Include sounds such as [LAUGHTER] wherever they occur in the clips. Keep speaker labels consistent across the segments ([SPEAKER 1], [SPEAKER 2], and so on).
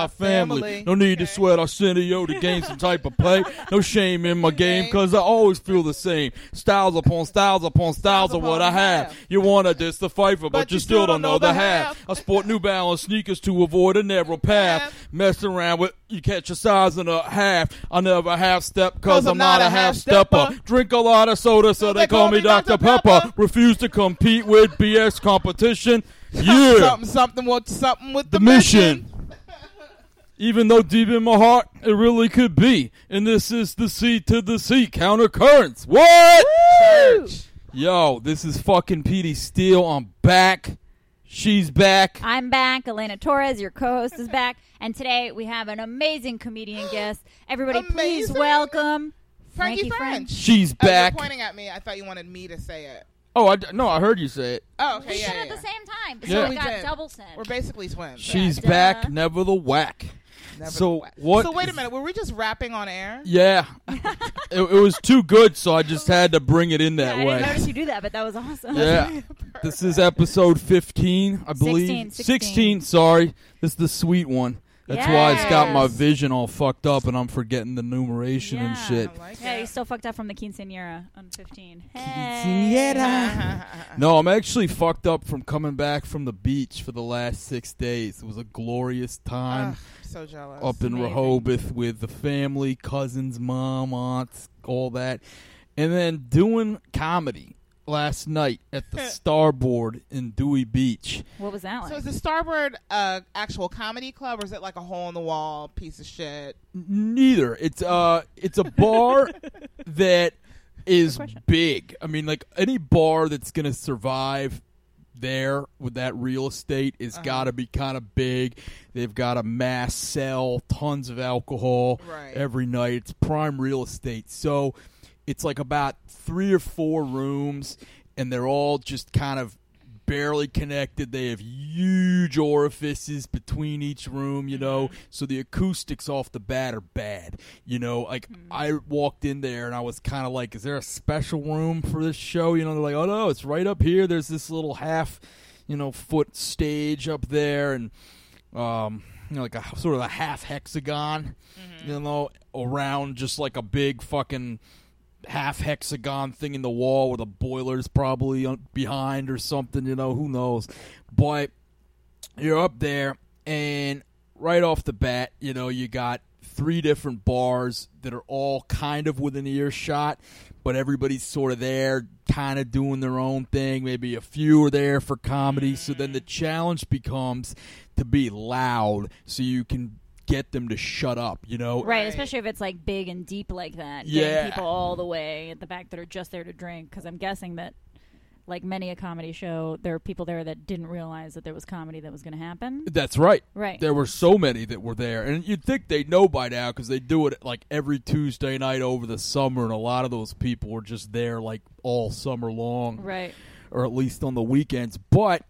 [SPEAKER 1] my family.
[SPEAKER 2] Family.
[SPEAKER 1] No need to
[SPEAKER 2] Okay.
[SPEAKER 1] sweat Arsenio to gain some type of pay. [LAUGHS] No shame in my game,
[SPEAKER 2] Okay.
[SPEAKER 1] 'cause I always feel the same. Styles upon styles upon styles of what I
[SPEAKER 2] upon
[SPEAKER 1] have.
[SPEAKER 2] half.
[SPEAKER 1] You wanna diss the fifer, but, you still don't know the half.
[SPEAKER 2] half.
[SPEAKER 1] I sport New Balance sneakers to avoid a [LAUGHS] narrow path.
[SPEAKER 2] Half.
[SPEAKER 1] Messed around with you catch a size and a half. I never half step because I'm not, a half stepper.
[SPEAKER 2] stepper.
[SPEAKER 1] Drink a lot of soda, so they call me Dr. Pepper. Refuse to compete with BS [LAUGHS] competition. Yeah,
[SPEAKER 2] Something, something, with something with the,
[SPEAKER 1] the mission. Even though deep in my heart, it really could be. And this is the C to the C countercurrents. What?
[SPEAKER 2] Church.
[SPEAKER 1] Yo, this is fucking Petey Steele. I'm back. She's back.
[SPEAKER 3] I'm back. Elena Torres, your co-host, is back, and today we have an amazing comedian guest. Everybody, please
[SPEAKER 2] Amazing.
[SPEAKER 3] welcome
[SPEAKER 2] Frankie,
[SPEAKER 3] Frankie
[SPEAKER 2] French.
[SPEAKER 3] French.
[SPEAKER 1] She's
[SPEAKER 2] Oh,
[SPEAKER 1] back.
[SPEAKER 2] You're pointing at me. I thought you wanted me to say it.
[SPEAKER 1] Oh, I d no, I heard you say it.
[SPEAKER 2] Oh,
[SPEAKER 3] We
[SPEAKER 2] okay.
[SPEAKER 3] said
[SPEAKER 2] Yeah,
[SPEAKER 3] it
[SPEAKER 2] yeah,
[SPEAKER 3] at the
[SPEAKER 2] yeah.
[SPEAKER 3] same time.
[SPEAKER 1] Yeah.
[SPEAKER 3] So
[SPEAKER 1] We
[SPEAKER 3] we got
[SPEAKER 2] did.
[SPEAKER 3] double sent.
[SPEAKER 2] We're basically twins.
[SPEAKER 1] She's
[SPEAKER 3] duh.
[SPEAKER 1] back, never the whack.
[SPEAKER 2] Never
[SPEAKER 1] so
[SPEAKER 2] the way.
[SPEAKER 1] what-
[SPEAKER 2] So wait a minute. Were we just rapping on air?
[SPEAKER 3] [LAUGHS]
[SPEAKER 1] Yeah, it, it was too good, so I just had to bring it in
[SPEAKER 3] I
[SPEAKER 1] that
[SPEAKER 3] didn't
[SPEAKER 1] way.
[SPEAKER 3] notice you do that, but that was awesome.
[SPEAKER 1] Yeah, this is episode fifteen, I believe.
[SPEAKER 3] 16, 16.
[SPEAKER 1] Sorry, this is the sweet one. That's why it's got my
[SPEAKER 3] Yes.
[SPEAKER 1] vision all fucked up, and I'm forgetting the numeration and
[SPEAKER 3] Yeah.
[SPEAKER 1] shit.
[SPEAKER 2] [LAUGHS] I like
[SPEAKER 3] [LAUGHS] Yeah,
[SPEAKER 2] it.
[SPEAKER 3] you still fucked up from the quinceanera on 15.
[SPEAKER 2] [LAUGHS]
[SPEAKER 1] Quinceañera. No, I'm actually fucked up from coming back from the beach for the last six days. It was a glorious time.
[SPEAKER 2] Ugh, so jealous.
[SPEAKER 1] up in
[SPEAKER 3] Ah, amazing.
[SPEAKER 1] Rehoboth with the family, cousins, mom, aunts, all that. And then doing comedy last night at
[SPEAKER 3] [LAUGHS]
[SPEAKER 1] the Starboard in Dewey Beach.
[SPEAKER 3] What was that like?
[SPEAKER 2] So is the Starboard uh, actual comedy club, or is it like a hole in the wall piece of shit?
[SPEAKER 1] Neither. It's uh it's a bar that is
[SPEAKER 3] question.
[SPEAKER 1] big. I mean like any bar that's going to survive there with that real estate is got to be kind of big. They've got to mass sell tons of alcohol
[SPEAKER 2] Right.
[SPEAKER 1] every night. It's prime real estate. So it's like about 3 or 4 rooms and they're all just kind of barely connected. They have huge orifices between each room, you know, so the acoustics off the bat are bad. You know, like I walked in there and I was kind of like, is there a special room for this show? You know, they're like, oh no, it's right up here. There's this little half, you know, foot stage up there and um, you know, like a sort of a half hexagon, you know, around just like a big fucking half hexagon thing in the wall with a boiler's probably on, behind or something, you know, who knows. But you're up there and right off the bat, you know, you got three different bars that are all kind of within earshot, but everybody's sort of there, kind of doing their own thing. Maybe a few are there for comedy. So then the challenge becomes to be loud so you can get them to shut up, you know?
[SPEAKER 3] Right,
[SPEAKER 2] Right.
[SPEAKER 3] especially if it's like big and deep like that.
[SPEAKER 1] Yeah.
[SPEAKER 3] Getting people all the way at the back that are just there to drink. Because I'm guessing that, like many a comedy show, there are people there that didn't realize that there was comedy that was going to happen.
[SPEAKER 1] That's right.
[SPEAKER 3] Right.
[SPEAKER 1] There were so many that were there, and you'd think they know by now because they do it like every Tuesday night over the summer, and a lot of those people were just there like all summer long,
[SPEAKER 3] Right.
[SPEAKER 1] or at least on the weekends. But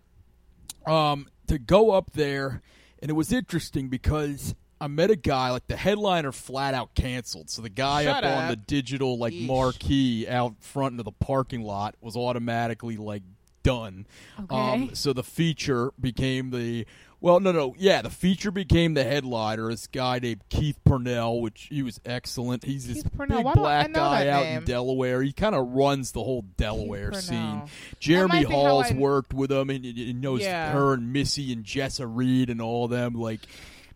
[SPEAKER 1] um, to go up there, and it was interesting because I met a guy like the headliner flat out canceled. So the guy
[SPEAKER 2] Shut
[SPEAKER 1] up on
[SPEAKER 2] up.
[SPEAKER 1] the digital like
[SPEAKER 2] Yeesh.
[SPEAKER 1] marquee out front into the parking lot was automatically like done.
[SPEAKER 3] Okay.
[SPEAKER 1] Um, so the feature became the well, no, no, yeah, the feature became the headliner. This guy named Keith Purnell, which he was excellent. He's this
[SPEAKER 2] Keith Purnell.
[SPEAKER 1] big
[SPEAKER 2] Why don't I
[SPEAKER 1] black
[SPEAKER 2] know
[SPEAKER 1] guy
[SPEAKER 2] that
[SPEAKER 1] out in
[SPEAKER 2] name?
[SPEAKER 1] Delaware. He kind of runs the whole Delaware
[SPEAKER 2] Purnell.
[SPEAKER 1] scene.
[SPEAKER 2] might
[SPEAKER 1] Jeremy
[SPEAKER 2] be how
[SPEAKER 1] Hall's
[SPEAKER 2] I-
[SPEAKER 1] worked with him, and, and knows
[SPEAKER 2] Yeah.
[SPEAKER 1] her and Missy and Jessa Reed and all them. Like,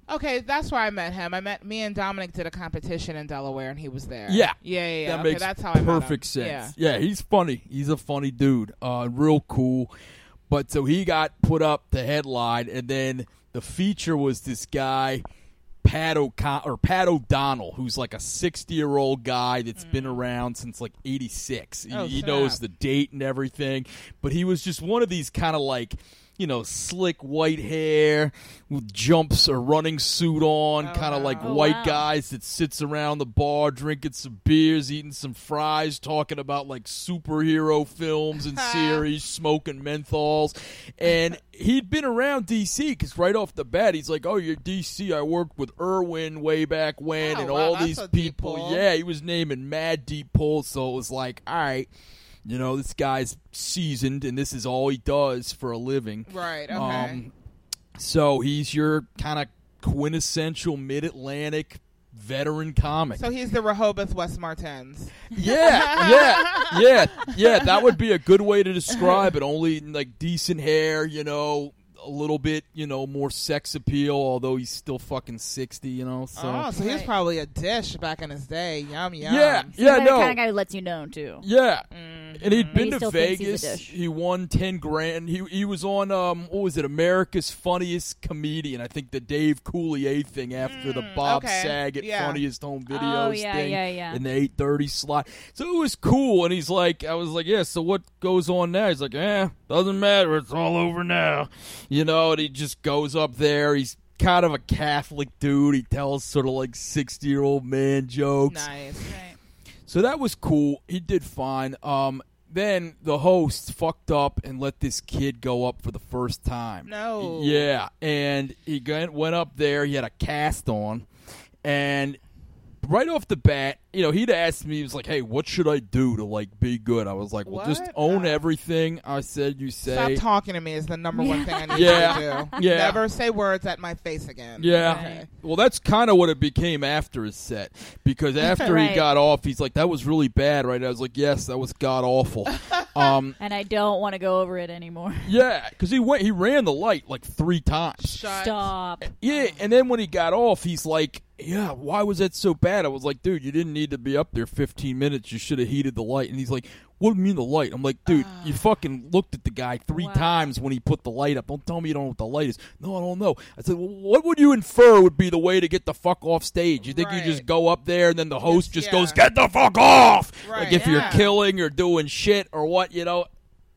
[SPEAKER 2] Okay, that's where I met him. I met me and Dominic did a competition in Delaware, and he was there.
[SPEAKER 1] Yeah.
[SPEAKER 2] yeah, yeah. yeah.
[SPEAKER 1] that
[SPEAKER 2] okay,
[SPEAKER 1] makes
[SPEAKER 2] that's how I met him.
[SPEAKER 1] perfect sense. Yeah. he's funny. He's a funny dude. Uh, real cool. But so he got put up the headline, and then the feature was this guy, Pat O'Con- or Pat O'Donnell, who's like a sixty-year-old guy that's been around since like '86. He,
[SPEAKER 2] Mm. Oh,
[SPEAKER 1] he knows
[SPEAKER 2] snap.
[SPEAKER 1] the date and everything. But he was just one of these kind of like. You know, slick white hair, with jumps or running suit on,
[SPEAKER 2] Oh,
[SPEAKER 1] kind of
[SPEAKER 2] wow.
[SPEAKER 1] like
[SPEAKER 3] Oh,
[SPEAKER 1] white
[SPEAKER 3] wow.
[SPEAKER 1] guys that sits around the bar drinking some beers, eating some fries, talking about like superhero films
[SPEAKER 2] [LAUGHS]
[SPEAKER 1] and series, smoking menthols. And he'd been around DC because right off the bat, he's like, "Oh, you're DC. I worked with Irwin way back when,
[SPEAKER 2] Oh,
[SPEAKER 1] and
[SPEAKER 2] wow,
[SPEAKER 1] all
[SPEAKER 2] that's
[SPEAKER 1] these
[SPEAKER 2] a deep
[SPEAKER 1] people."
[SPEAKER 2] pull.
[SPEAKER 1] Yeah, he was naming mad deep pulls, so it was like, "All right." You know, this guy's seasoned and this is all he does for a living.
[SPEAKER 2] Yeah. Right. Okay.
[SPEAKER 1] Um, so he's your kind of quintessential mid Atlantic veteran comic.
[SPEAKER 2] So he's the Rehoboth West Martins.
[SPEAKER 1] Yeah, yeah, yeah, yeah. That would be a good way to describe it. Only like decent hair, you know, a little bit, you know, more sex appeal. Although he's still fucking sixty, you know. So
[SPEAKER 2] oh, so he was
[SPEAKER 3] Right.
[SPEAKER 2] probably a dish back in his day. Yum
[SPEAKER 1] yeah,
[SPEAKER 2] yum.
[SPEAKER 1] yeah,
[SPEAKER 3] He's the kind
[SPEAKER 1] no,
[SPEAKER 3] of guy who lets you know too.
[SPEAKER 1] yeah.
[SPEAKER 2] Mm.
[SPEAKER 1] And he'd been
[SPEAKER 3] Mm-hmm. he
[SPEAKER 1] to
[SPEAKER 3] still thinks he's a
[SPEAKER 1] Vegas.
[SPEAKER 3] dish.
[SPEAKER 1] He won ten grand. He he was on um what was it America's Funniest Comedian? I think the Dave Coulier thing after the
[SPEAKER 2] Mm,
[SPEAKER 1] Bob
[SPEAKER 2] okay.
[SPEAKER 1] Saget
[SPEAKER 2] Yeah.
[SPEAKER 1] Funniest Home Videos
[SPEAKER 3] Oh yeah,
[SPEAKER 1] thing
[SPEAKER 3] yeah, yeah.
[SPEAKER 1] in the eight thirty slot. So it was cool. And he's like, I was like, yeah. So what goes on now? He's like, eh, doesn't matter. It's all over now. You know. And he just goes up there. He's kind of a Catholic dude. He tells sort of like sixty year old man jokes.
[SPEAKER 2] Nice.
[SPEAKER 3] Right.
[SPEAKER 1] So that was cool. He did fine. Um, then the host fucked up and let this kid go up for the first time.
[SPEAKER 2] No.
[SPEAKER 1] Yeah, and he went went up there. He had a cast on, and right off the bat, you know, he'd asked me. He was like, "Hey, what should I do to like be good?" I was like, "Well, just
[SPEAKER 2] What?
[SPEAKER 1] own
[SPEAKER 2] Uh,
[SPEAKER 1] everything." I said, "You say."
[SPEAKER 2] Stop talking to me is the number one thing I need
[SPEAKER 1] Yeah.
[SPEAKER 2] you to do.
[SPEAKER 1] [LAUGHS] Yeah.
[SPEAKER 2] [LAUGHS] Never say words at my face again.
[SPEAKER 1] Yeah.
[SPEAKER 2] Okay.
[SPEAKER 1] Well, that's kind of what it became after his set because after he
[SPEAKER 3] Right.
[SPEAKER 1] got off, he's like, "That was really bad, right?" I was like, "Yes, that was god awful." um,
[SPEAKER 3] And I don't want to go over it anymore.
[SPEAKER 1] Yeah, because he went, he ran the light like three times.
[SPEAKER 2] Shut.
[SPEAKER 3] Stop.
[SPEAKER 1] Yeah, and then when he got off, he's like, "Yeah, why was that so bad?" I was like, "Dude, you didn't need to be up there 15 minutes. You should have heated the light." And he's like, "What do you mean the light?" I'm like, "Dude, you
[SPEAKER 2] Ah.
[SPEAKER 1] fucking looked at the guy three
[SPEAKER 3] Wow.
[SPEAKER 1] times when he put the light up. Don't tell me you don't know what the light is." No, I don't know. I said, well, "What would you infer would be the way to get the fuck off stage? You think you just
[SPEAKER 2] Right.
[SPEAKER 1] go up there and then the host
[SPEAKER 2] Yes,
[SPEAKER 1] just
[SPEAKER 2] yeah.
[SPEAKER 1] goes, "Get the fuck off!"
[SPEAKER 2] Right,
[SPEAKER 1] like if
[SPEAKER 2] yeah.
[SPEAKER 1] you're killing or doing shit or what, you know,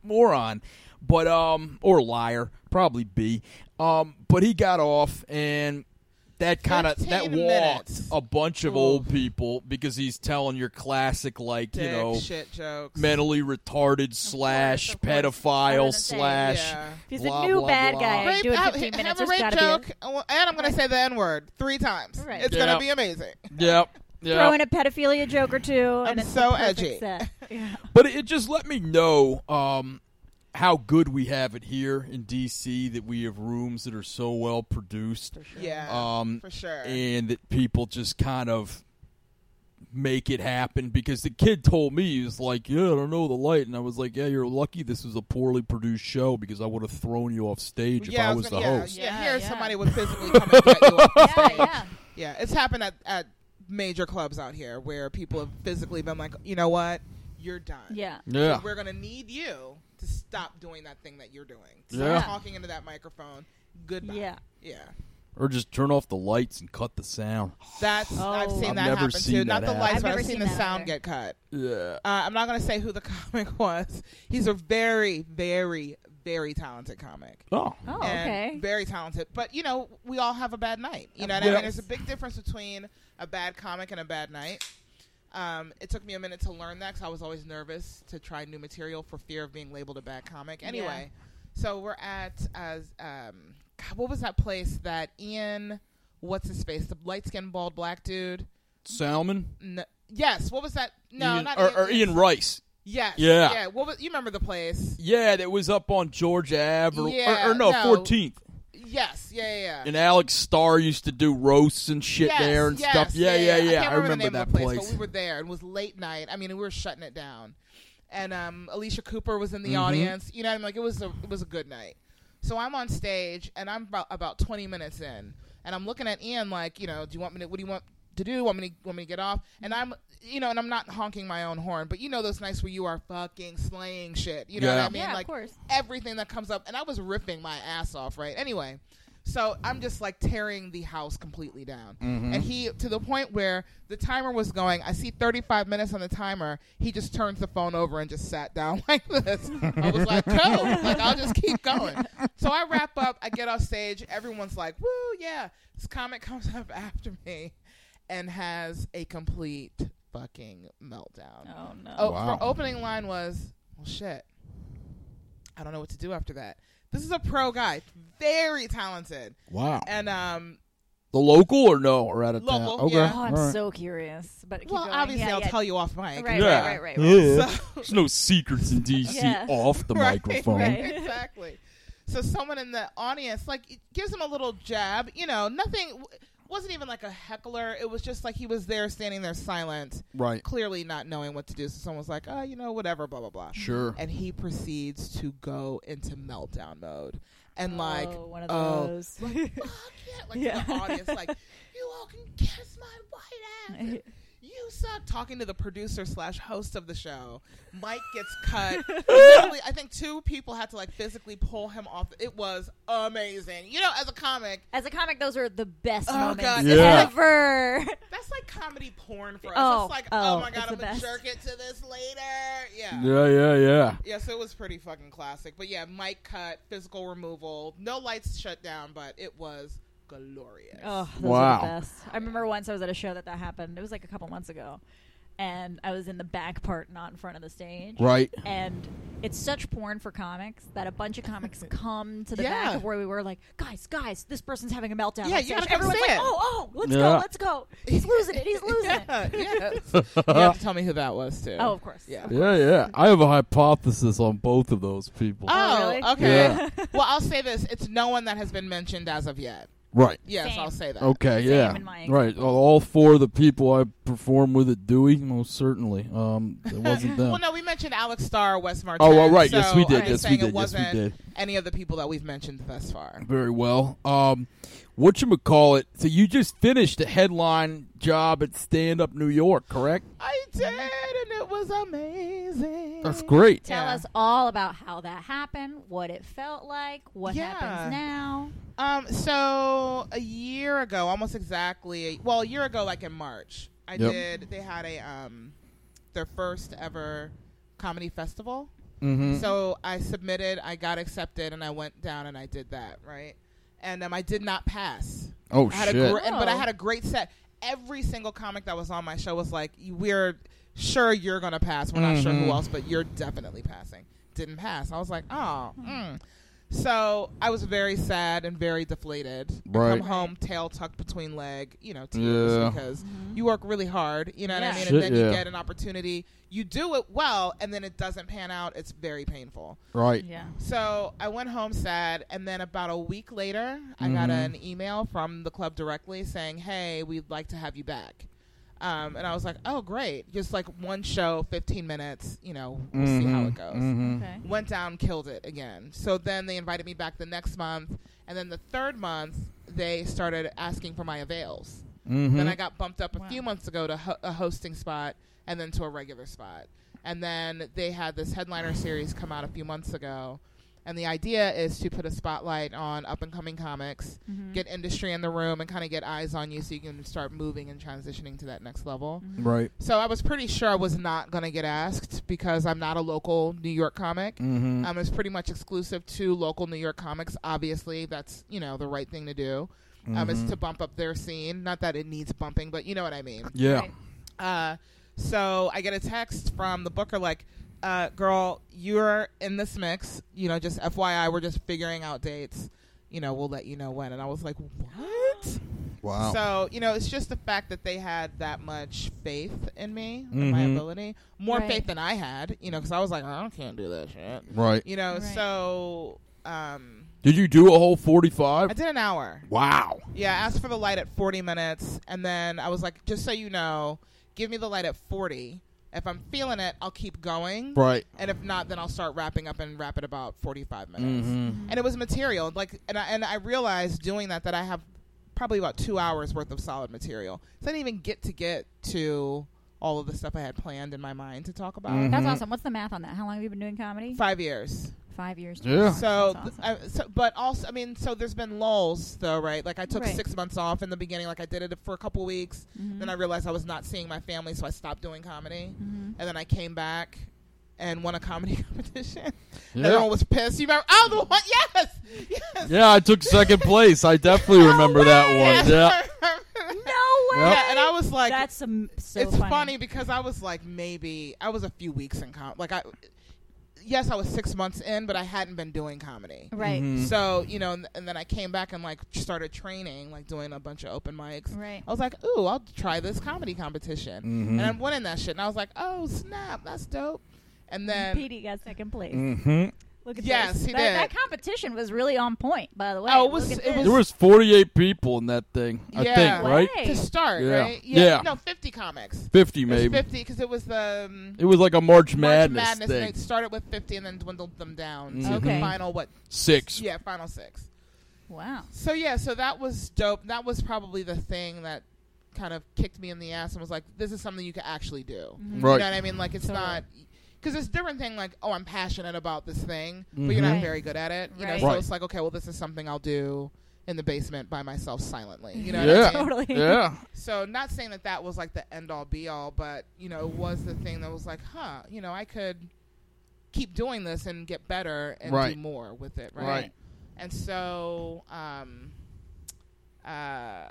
[SPEAKER 1] moron. But um, or liar, probably B. Um, but he got off, and that kind of that
[SPEAKER 2] 15
[SPEAKER 1] walked
[SPEAKER 2] minutes.
[SPEAKER 1] a bunch of old people because he's telling your classic like
[SPEAKER 2] Dick
[SPEAKER 1] you know
[SPEAKER 2] shit jokes.
[SPEAKER 1] mentally retarded slash
[SPEAKER 3] of course. I was
[SPEAKER 1] pedophile
[SPEAKER 3] gonna say,
[SPEAKER 1] slash.
[SPEAKER 2] Yeah.
[SPEAKER 3] He's
[SPEAKER 1] Blah,
[SPEAKER 3] a new
[SPEAKER 1] blah,
[SPEAKER 3] bad
[SPEAKER 1] blah.
[SPEAKER 3] guy.
[SPEAKER 2] Rape,
[SPEAKER 3] Do it
[SPEAKER 2] have,
[SPEAKER 3] 15 minutes.
[SPEAKER 2] have a
[SPEAKER 3] There's
[SPEAKER 2] rape
[SPEAKER 3] gotta
[SPEAKER 2] joke,
[SPEAKER 3] be
[SPEAKER 2] and I'm going to say the N word three times.
[SPEAKER 3] Right.
[SPEAKER 2] It's
[SPEAKER 1] Yeah.
[SPEAKER 2] going to be amazing.
[SPEAKER 1] Yep.
[SPEAKER 3] a,
[SPEAKER 1] Yep.
[SPEAKER 3] throw in a pedophilia joke or two.
[SPEAKER 2] I'm
[SPEAKER 3] and it's
[SPEAKER 2] so
[SPEAKER 3] the perfect
[SPEAKER 2] edgy. [LAUGHS]
[SPEAKER 3] set. Yeah.
[SPEAKER 1] But it just let me know um, how good we have it here in DC that we have rooms that are so well produced.
[SPEAKER 2] Yeah,
[SPEAKER 1] Um,
[SPEAKER 2] for sure.
[SPEAKER 1] and that people just kind of make it happen because the kid told me he was like yeah i don't know the light and i was like yeah you're lucky this was a poorly produced show because i would have thrown you off stage if
[SPEAKER 2] yeah,
[SPEAKER 1] i was the
[SPEAKER 2] gonna- yeah,
[SPEAKER 1] host
[SPEAKER 2] Yeah,
[SPEAKER 3] Yeah,
[SPEAKER 2] here
[SPEAKER 3] yeah.
[SPEAKER 2] somebody would physically come and get you off the
[SPEAKER 3] [LAUGHS] yeah,
[SPEAKER 2] stage.
[SPEAKER 3] yeah.
[SPEAKER 2] Yeah, it's happened at, at major clubs out here where people have physically been like, you know what, you're done.
[SPEAKER 3] Yeah.
[SPEAKER 1] yeah
[SPEAKER 2] So we're gonna need you to stop doing that thing that you're doing. Stop
[SPEAKER 1] Yeah.
[SPEAKER 2] talking into that microphone. Goodbye.
[SPEAKER 3] Yeah.
[SPEAKER 2] Yeah.
[SPEAKER 1] or just turn off the lights and cut the sound
[SPEAKER 2] That's I've
[SPEAKER 3] Oh.
[SPEAKER 2] seen
[SPEAKER 1] I've
[SPEAKER 2] that
[SPEAKER 1] never
[SPEAKER 2] happen
[SPEAKER 1] seen
[SPEAKER 2] too.
[SPEAKER 1] that
[SPEAKER 2] Not the
[SPEAKER 1] happen.
[SPEAKER 2] lights,
[SPEAKER 3] I've
[SPEAKER 2] but
[SPEAKER 3] never
[SPEAKER 2] I've seen
[SPEAKER 3] seen
[SPEAKER 2] the
[SPEAKER 3] that
[SPEAKER 2] sound
[SPEAKER 3] either.
[SPEAKER 2] get cut.
[SPEAKER 1] yeah
[SPEAKER 2] Uh, I'm not gonna say who the [LAUGHS] comic was. He's a very, very, very talented comic.
[SPEAKER 1] oh
[SPEAKER 3] Oh,
[SPEAKER 2] and
[SPEAKER 3] okay.
[SPEAKER 2] Very talented. But you know, we all have a bad night. You know what I
[SPEAKER 1] Yeah.
[SPEAKER 2] mean? There's a big difference between a bad comic and a bad night. Um, it took me a minute to learn that because I was always nervous to try new material for fear of being labeled a bad comic. Anyway, so we're at as um, God, what was that place that Ian? What's his face? The light skinned bald black dude.
[SPEAKER 1] salmon
[SPEAKER 2] N- yes. What was that? No,
[SPEAKER 1] Ian-
[SPEAKER 2] not
[SPEAKER 1] or, or
[SPEAKER 2] Ian.
[SPEAKER 1] ian rice
[SPEAKER 2] Yes.
[SPEAKER 1] Yeah.
[SPEAKER 2] Yeah. What was? You remember the place?
[SPEAKER 1] yeah that was up on george ave or,
[SPEAKER 2] Yeah,
[SPEAKER 1] or, or no,
[SPEAKER 2] no.
[SPEAKER 1] 14th
[SPEAKER 2] Yes. Yeah. Yeah. yeah.
[SPEAKER 1] and alex starr used to do roasts and shit
[SPEAKER 2] Yes,
[SPEAKER 1] there and
[SPEAKER 2] yes,
[SPEAKER 1] stuff yeah yeah yeah,
[SPEAKER 2] I, can't
[SPEAKER 1] I remember
[SPEAKER 2] the name
[SPEAKER 1] that
[SPEAKER 2] of the place,
[SPEAKER 1] place,
[SPEAKER 2] But we were there. It was late night. I mean, we were shutting it down, and um, Alicia Cooper was in
[SPEAKER 1] Mm-hmm.
[SPEAKER 2] the audience. You know, what I mean, like it was a it was a good night. So I'm on stage, and I'm about, about 20 minutes in, and I'm looking at Ian like, you know, do you want me to? What do you want to do? Want me to want me to get off? And I'm, you know, and I'm not honking my own horn, but you know those nights where you are fucking slaying shit. You know
[SPEAKER 1] Yeah.
[SPEAKER 2] what I mean?
[SPEAKER 3] yeah,
[SPEAKER 2] like
[SPEAKER 3] of course.
[SPEAKER 2] everything that comes up and i was ripping my ass off right anyway so i'm just like tearing the house completely down and he to the point where the timer was going i see 35 minutes on the timer he just turns the phone over and just sat down [LAUGHS] like this i was like cool like i'll just keep going so i wrap up i get off stage everyone's like woo yeah this comic comes [LAUGHS] up after me and has a complete fucking meltdown
[SPEAKER 3] Oh no.
[SPEAKER 2] Oh,
[SPEAKER 1] Wow.
[SPEAKER 2] her opening line was, "Well, shit, I don't know what to do after that." This is a pro guy, very talented,
[SPEAKER 1] wow
[SPEAKER 2] and um,
[SPEAKER 1] The local or no? Or out of
[SPEAKER 2] Local,
[SPEAKER 1] town? Okay.
[SPEAKER 2] yeah.
[SPEAKER 3] Oh, I'm
[SPEAKER 1] all right.
[SPEAKER 3] so curious. But keep
[SPEAKER 2] well,
[SPEAKER 3] going.
[SPEAKER 2] obviously,
[SPEAKER 3] yeah,
[SPEAKER 2] I'll
[SPEAKER 3] yeah.
[SPEAKER 2] tell you off mic.
[SPEAKER 3] Right,
[SPEAKER 1] Yeah. [LAUGHS]
[SPEAKER 3] right, right, right.
[SPEAKER 2] So,
[SPEAKER 1] There's no secrets in DC
[SPEAKER 3] Yeah.
[SPEAKER 1] [LAUGHS] off the
[SPEAKER 2] [LAUGHS] Right,
[SPEAKER 3] [LAUGHS]
[SPEAKER 1] microphone.
[SPEAKER 3] right.
[SPEAKER 2] exactly. So someone in the audience like it gives him a little jab. You know, nothing w- wasn't even like a heckler. It was just like he was there, standing there silent,
[SPEAKER 1] Right.
[SPEAKER 2] clearly not knowing what to do. So someone's like, oh, you know, whatever, blah blah blah.
[SPEAKER 1] Sure.
[SPEAKER 2] And he proceeds to go into meltdown mode and like,
[SPEAKER 3] oh, one of
[SPEAKER 2] oh,
[SPEAKER 3] those. [LAUGHS]
[SPEAKER 2] fuck yeah, like
[SPEAKER 3] Yeah.
[SPEAKER 2] to the audience, like
[SPEAKER 3] [LAUGHS]
[SPEAKER 2] you all can kiss my white ass. and You suck. Talking to the producer slash host of the show, Mike gets
[SPEAKER 3] [LAUGHS]
[SPEAKER 2] cut. Literally, I think two people had to like physically pull him off. It was amazing. You know, as a comic,
[SPEAKER 3] As a comic, those are the best
[SPEAKER 2] Oh,
[SPEAKER 3] moments
[SPEAKER 2] God.
[SPEAKER 1] Yeah.
[SPEAKER 3] ever. [LAUGHS]
[SPEAKER 2] that's like comedy porn for us.
[SPEAKER 3] Oh,
[SPEAKER 2] it's like, oh,
[SPEAKER 3] oh,
[SPEAKER 2] my god,
[SPEAKER 3] it's
[SPEAKER 2] I'm
[SPEAKER 3] the
[SPEAKER 2] gonna
[SPEAKER 3] best.
[SPEAKER 2] jerk it to this later. Yeah.
[SPEAKER 1] Yeah, yeah, yeah.
[SPEAKER 2] Yes, it was pretty fucking classic. But yeah, mic cut, physical removal, no lights shut down, but it was glorious.
[SPEAKER 3] Oh, those
[SPEAKER 1] Wow.
[SPEAKER 3] are the best. I remember once I was at a show that that happened. It was like a couple months ago. And I was in the back part, not in front of the stage.
[SPEAKER 1] Right.
[SPEAKER 3] And it's such porn for comics that a bunch of
[SPEAKER 2] [LAUGHS]
[SPEAKER 3] comics come to the back
[SPEAKER 2] Yeah.
[SPEAKER 3] of where we were like, guys, guys, this person's having a meltdown.
[SPEAKER 2] Yeah,
[SPEAKER 3] on
[SPEAKER 2] you gotta
[SPEAKER 3] stage."
[SPEAKER 2] come
[SPEAKER 3] Everyone's
[SPEAKER 2] see
[SPEAKER 3] like,
[SPEAKER 2] it.
[SPEAKER 3] oh, oh, let's
[SPEAKER 1] Yeah.
[SPEAKER 3] go, let's go. He's losing it. He's losing it.
[SPEAKER 2] [LAUGHS] yeah,
[SPEAKER 3] [LAUGHS]
[SPEAKER 2] yes. you have to tell me who that was too.
[SPEAKER 3] Oh, of course.
[SPEAKER 2] Yeah.
[SPEAKER 1] Yeah, yeah. I have a hypothesis on both of those people.
[SPEAKER 2] Oh,
[SPEAKER 3] really?
[SPEAKER 2] okay. Well, I'll say this: it's no one that has been mentioned as of yet.
[SPEAKER 1] Right.
[SPEAKER 2] Yes,
[SPEAKER 3] Same.
[SPEAKER 2] I'll say that.
[SPEAKER 1] Okay,
[SPEAKER 3] Same
[SPEAKER 1] yeah.
[SPEAKER 3] in my
[SPEAKER 1] Right. All- All four of the people I perform with at Dewey, most certainly. Um,
[SPEAKER 2] [LAUGHS]
[SPEAKER 1] it wasn't them.
[SPEAKER 2] Well, no, we mentioned Alex Starr, Wes Martin.
[SPEAKER 1] Oh, well, right. Yes,
[SPEAKER 2] so
[SPEAKER 1] we did.
[SPEAKER 2] I'm just
[SPEAKER 1] Yes, we
[SPEAKER 2] saying
[SPEAKER 1] did.
[SPEAKER 2] It
[SPEAKER 1] Yes, we
[SPEAKER 2] wasn't
[SPEAKER 1] did.
[SPEAKER 2] any of the people that we've mentioned thus far.
[SPEAKER 1] Very well. Um, what you call it? So you just finished a headline job at Stand Up New York, correct?
[SPEAKER 2] I did, and it was amazing.
[SPEAKER 1] That's great.
[SPEAKER 3] Tell
[SPEAKER 2] Yeah.
[SPEAKER 3] us all about how that happened, what it felt like, what
[SPEAKER 2] Yeah.
[SPEAKER 3] happens now.
[SPEAKER 2] Um, so a year ago, almost exactly, well, a year ago, like in March, I
[SPEAKER 1] Yep.
[SPEAKER 2] did. They had a um, their first ever comedy festival.
[SPEAKER 1] Mm-hmm.
[SPEAKER 2] So I submitted, I got accepted, and I went down and I did that right. And um, I did not pass.
[SPEAKER 1] oh
[SPEAKER 2] I had
[SPEAKER 1] shit!
[SPEAKER 2] a gr- and, but I
[SPEAKER 3] Oh.
[SPEAKER 2] had a great set. Every single comic that was on my show was like, "We're sure you're gonna pass. We're not sure
[SPEAKER 1] Mhm.
[SPEAKER 2] who else, but you're definitely passing." Didn't pass. I was like, "Oh." Mm. So I was very sad and very deflated. I
[SPEAKER 1] Right.
[SPEAKER 2] Come home, tail tucked between leg, you know, tears
[SPEAKER 1] Yeah.
[SPEAKER 2] because you work really hard. You know what
[SPEAKER 3] Mm-hmm. Yeah.
[SPEAKER 2] I mean?
[SPEAKER 1] Shit,
[SPEAKER 2] and then you
[SPEAKER 1] yeah.
[SPEAKER 2] get an opportunity. You do it well, and then it doesn't pan out. It's very painful.
[SPEAKER 1] right.
[SPEAKER 3] Yeah.
[SPEAKER 2] So I went home sad, and then about a week later, I got
[SPEAKER 1] Mhm.
[SPEAKER 2] an email from the club directly saying, "Hey, we'd like to have you back." Um, and I was like, "Oh, great! Just like one show, fifteen minutes. You know, we'll see how it goes."
[SPEAKER 1] Mm-hmm.
[SPEAKER 3] Okay.
[SPEAKER 2] Went down, killed it again. So then they invited me back the next month, and then the third month they started asking for my avails.
[SPEAKER 1] Mm-hmm.
[SPEAKER 2] Then I got bumped up a
[SPEAKER 3] Wow.
[SPEAKER 2] few months ago to ho- a hosting spot and then to a regular spot. And then they had this headliner series come out a few months ago. And the idea is to put a spotlight on up and coming comics,
[SPEAKER 3] Mhm.
[SPEAKER 2] get industry in the room, and kind of get eyes on you so you can start moving and transitioning to that next level.
[SPEAKER 1] Right.
[SPEAKER 2] So I was pretty sure I was not going to get asked because I'm not a local New York comic.
[SPEAKER 1] Mm-hmm.
[SPEAKER 2] Um, it's pretty much exclusive to local New York comics. Obviously, that's you know the right thing to do. Um,
[SPEAKER 1] Mm-hmm.
[SPEAKER 2] is to bump up their scene. Not that it needs bumping, but you know what I mean.
[SPEAKER 1] yeah.
[SPEAKER 3] Right.
[SPEAKER 2] Uh, so I get a text from the booker like, uh, "Girl, you're in this mix. You know, just FYI, we're just figuring out dates. You know, we'll let you know when." And I was like, "What?"
[SPEAKER 1] Wow.
[SPEAKER 2] So you know, it's just the fact that they had that much faith in me, in my
[SPEAKER 1] Mhm.
[SPEAKER 2] ability, more
[SPEAKER 3] Right.
[SPEAKER 2] faith than I had. You know, because I was like, "I can't do that shit."
[SPEAKER 1] right.
[SPEAKER 2] You know,
[SPEAKER 3] Right.
[SPEAKER 2] so um,
[SPEAKER 1] Did you do a whole forty-five?
[SPEAKER 2] I did an hour.
[SPEAKER 1] Wow.
[SPEAKER 2] Yeah, I asked for the light at 40 minutes, and then I was like, just so you know, give me the light at 40. If I'm feeling it, I'll keep going.
[SPEAKER 1] Right.
[SPEAKER 2] And if not, then I'll start wrapping up and wrap it about 45 minutes.
[SPEAKER 1] Mm-hmm.
[SPEAKER 2] And it was material, like, and I, and I realized doing that that I have probably about two hours worth of solid material. So I didn't even get to get to all of the stuff I had planned in my mind to talk about.
[SPEAKER 1] Mhm.
[SPEAKER 3] That's awesome. What's the math on that? How long have you been doing comedy?
[SPEAKER 2] Five years.
[SPEAKER 3] Five years.
[SPEAKER 1] Yeah.
[SPEAKER 2] So,
[SPEAKER 3] That's awesome.
[SPEAKER 2] th- I, so, but also, I mean, so there's been lulls, though, right? Like I took
[SPEAKER 3] Right.
[SPEAKER 2] six months off in the beginning. Like I did it for a couple weeks,
[SPEAKER 3] Mhm.
[SPEAKER 2] then I realized I was not seeing my family, so I stopped doing comedy.
[SPEAKER 3] Mhm.
[SPEAKER 2] And then I came back and won a comedy [LAUGHS] competition.
[SPEAKER 1] Yeah.
[SPEAKER 2] Everyone was pissed. You remember? Oh, the one, yes, yes. Oh,
[SPEAKER 1] Yeah, I took
[SPEAKER 2] [LAUGHS]
[SPEAKER 1] second place. I definitely remember that
[SPEAKER 2] Yes,
[SPEAKER 1] one. Yeah.
[SPEAKER 2] [LAUGHS] I remember.
[SPEAKER 3] No way.
[SPEAKER 1] Yep.
[SPEAKER 2] Yeah, and I was like,
[SPEAKER 3] That's some, so
[SPEAKER 2] it's funny. because I was like, maybe I was a few weeks in com. Like I, yes, I was six months in, but I hadn't been doing comedy.
[SPEAKER 3] [LAUGHS] Right.
[SPEAKER 1] Mhm.
[SPEAKER 2] So you know, and, and then I came back and like started training, like doing a bunch of open mics.
[SPEAKER 1] Mm-hmm.
[SPEAKER 3] Right.
[SPEAKER 2] I was like, ooh, I'll try this comedy competition,
[SPEAKER 1] Mhm.
[SPEAKER 2] and I'm winning that shit. And I was like, oh snap, that's dope. And then
[SPEAKER 3] Petey got second place.
[SPEAKER 1] Mhm.
[SPEAKER 3] Look at
[SPEAKER 2] Yes,
[SPEAKER 3] this.
[SPEAKER 2] he
[SPEAKER 3] that,
[SPEAKER 2] did.
[SPEAKER 3] That competition was really on point, by the way.
[SPEAKER 2] Oh, it was-
[SPEAKER 3] Look at
[SPEAKER 2] it
[SPEAKER 3] this.
[SPEAKER 1] There was 48 people in that thing, I
[SPEAKER 2] Yeah.
[SPEAKER 1] think, right?
[SPEAKER 3] Right.
[SPEAKER 2] to start,
[SPEAKER 1] Yeah.
[SPEAKER 2] right?
[SPEAKER 1] Yeah.
[SPEAKER 2] No, 50 comics.
[SPEAKER 1] 50
[SPEAKER 2] It was
[SPEAKER 1] maybe.
[SPEAKER 2] 50 because it was the um,
[SPEAKER 1] It was like a March
[SPEAKER 2] March
[SPEAKER 1] Madness,
[SPEAKER 2] Madness
[SPEAKER 1] thing. Mm-hmm.
[SPEAKER 2] and it started with 50 and then dwindled them down to the
[SPEAKER 3] Okay.
[SPEAKER 2] final what?
[SPEAKER 1] Six.
[SPEAKER 2] Yeah, final six.
[SPEAKER 3] Wow.
[SPEAKER 2] So yeah, so that was dope. That was probably the thing that kind of kicked me in the ass and was like, this is something you can actually do. You
[SPEAKER 1] Right.
[SPEAKER 2] know what I mean? Like it's
[SPEAKER 3] Mm-hmm. Totally.
[SPEAKER 2] not because it's a different thing. Like, oh, I'm passionate about this thing, but you're not
[SPEAKER 3] Right.
[SPEAKER 2] very good at it. You
[SPEAKER 3] Right.
[SPEAKER 2] know, so
[SPEAKER 1] Mm-hmm. Right.
[SPEAKER 2] it's like, okay, well, this is something I'll do in the basement by myself silently.
[SPEAKER 3] [LAUGHS]
[SPEAKER 2] You know?
[SPEAKER 1] Yeah.
[SPEAKER 2] What I mean?
[SPEAKER 3] Totally.
[SPEAKER 1] [LAUGHS] Yeah.
[SPEAKER 2] So, not saying that that was like the end all be all, but you know, it was the thing that was like, huh, you know, I could keep doing this and get better and
[SPEAKER 1] Right.
[SPEAKER 2] do more with it, right?
[SPEAKER 1] Right.
[SPEAKER 2] And so, um, uh,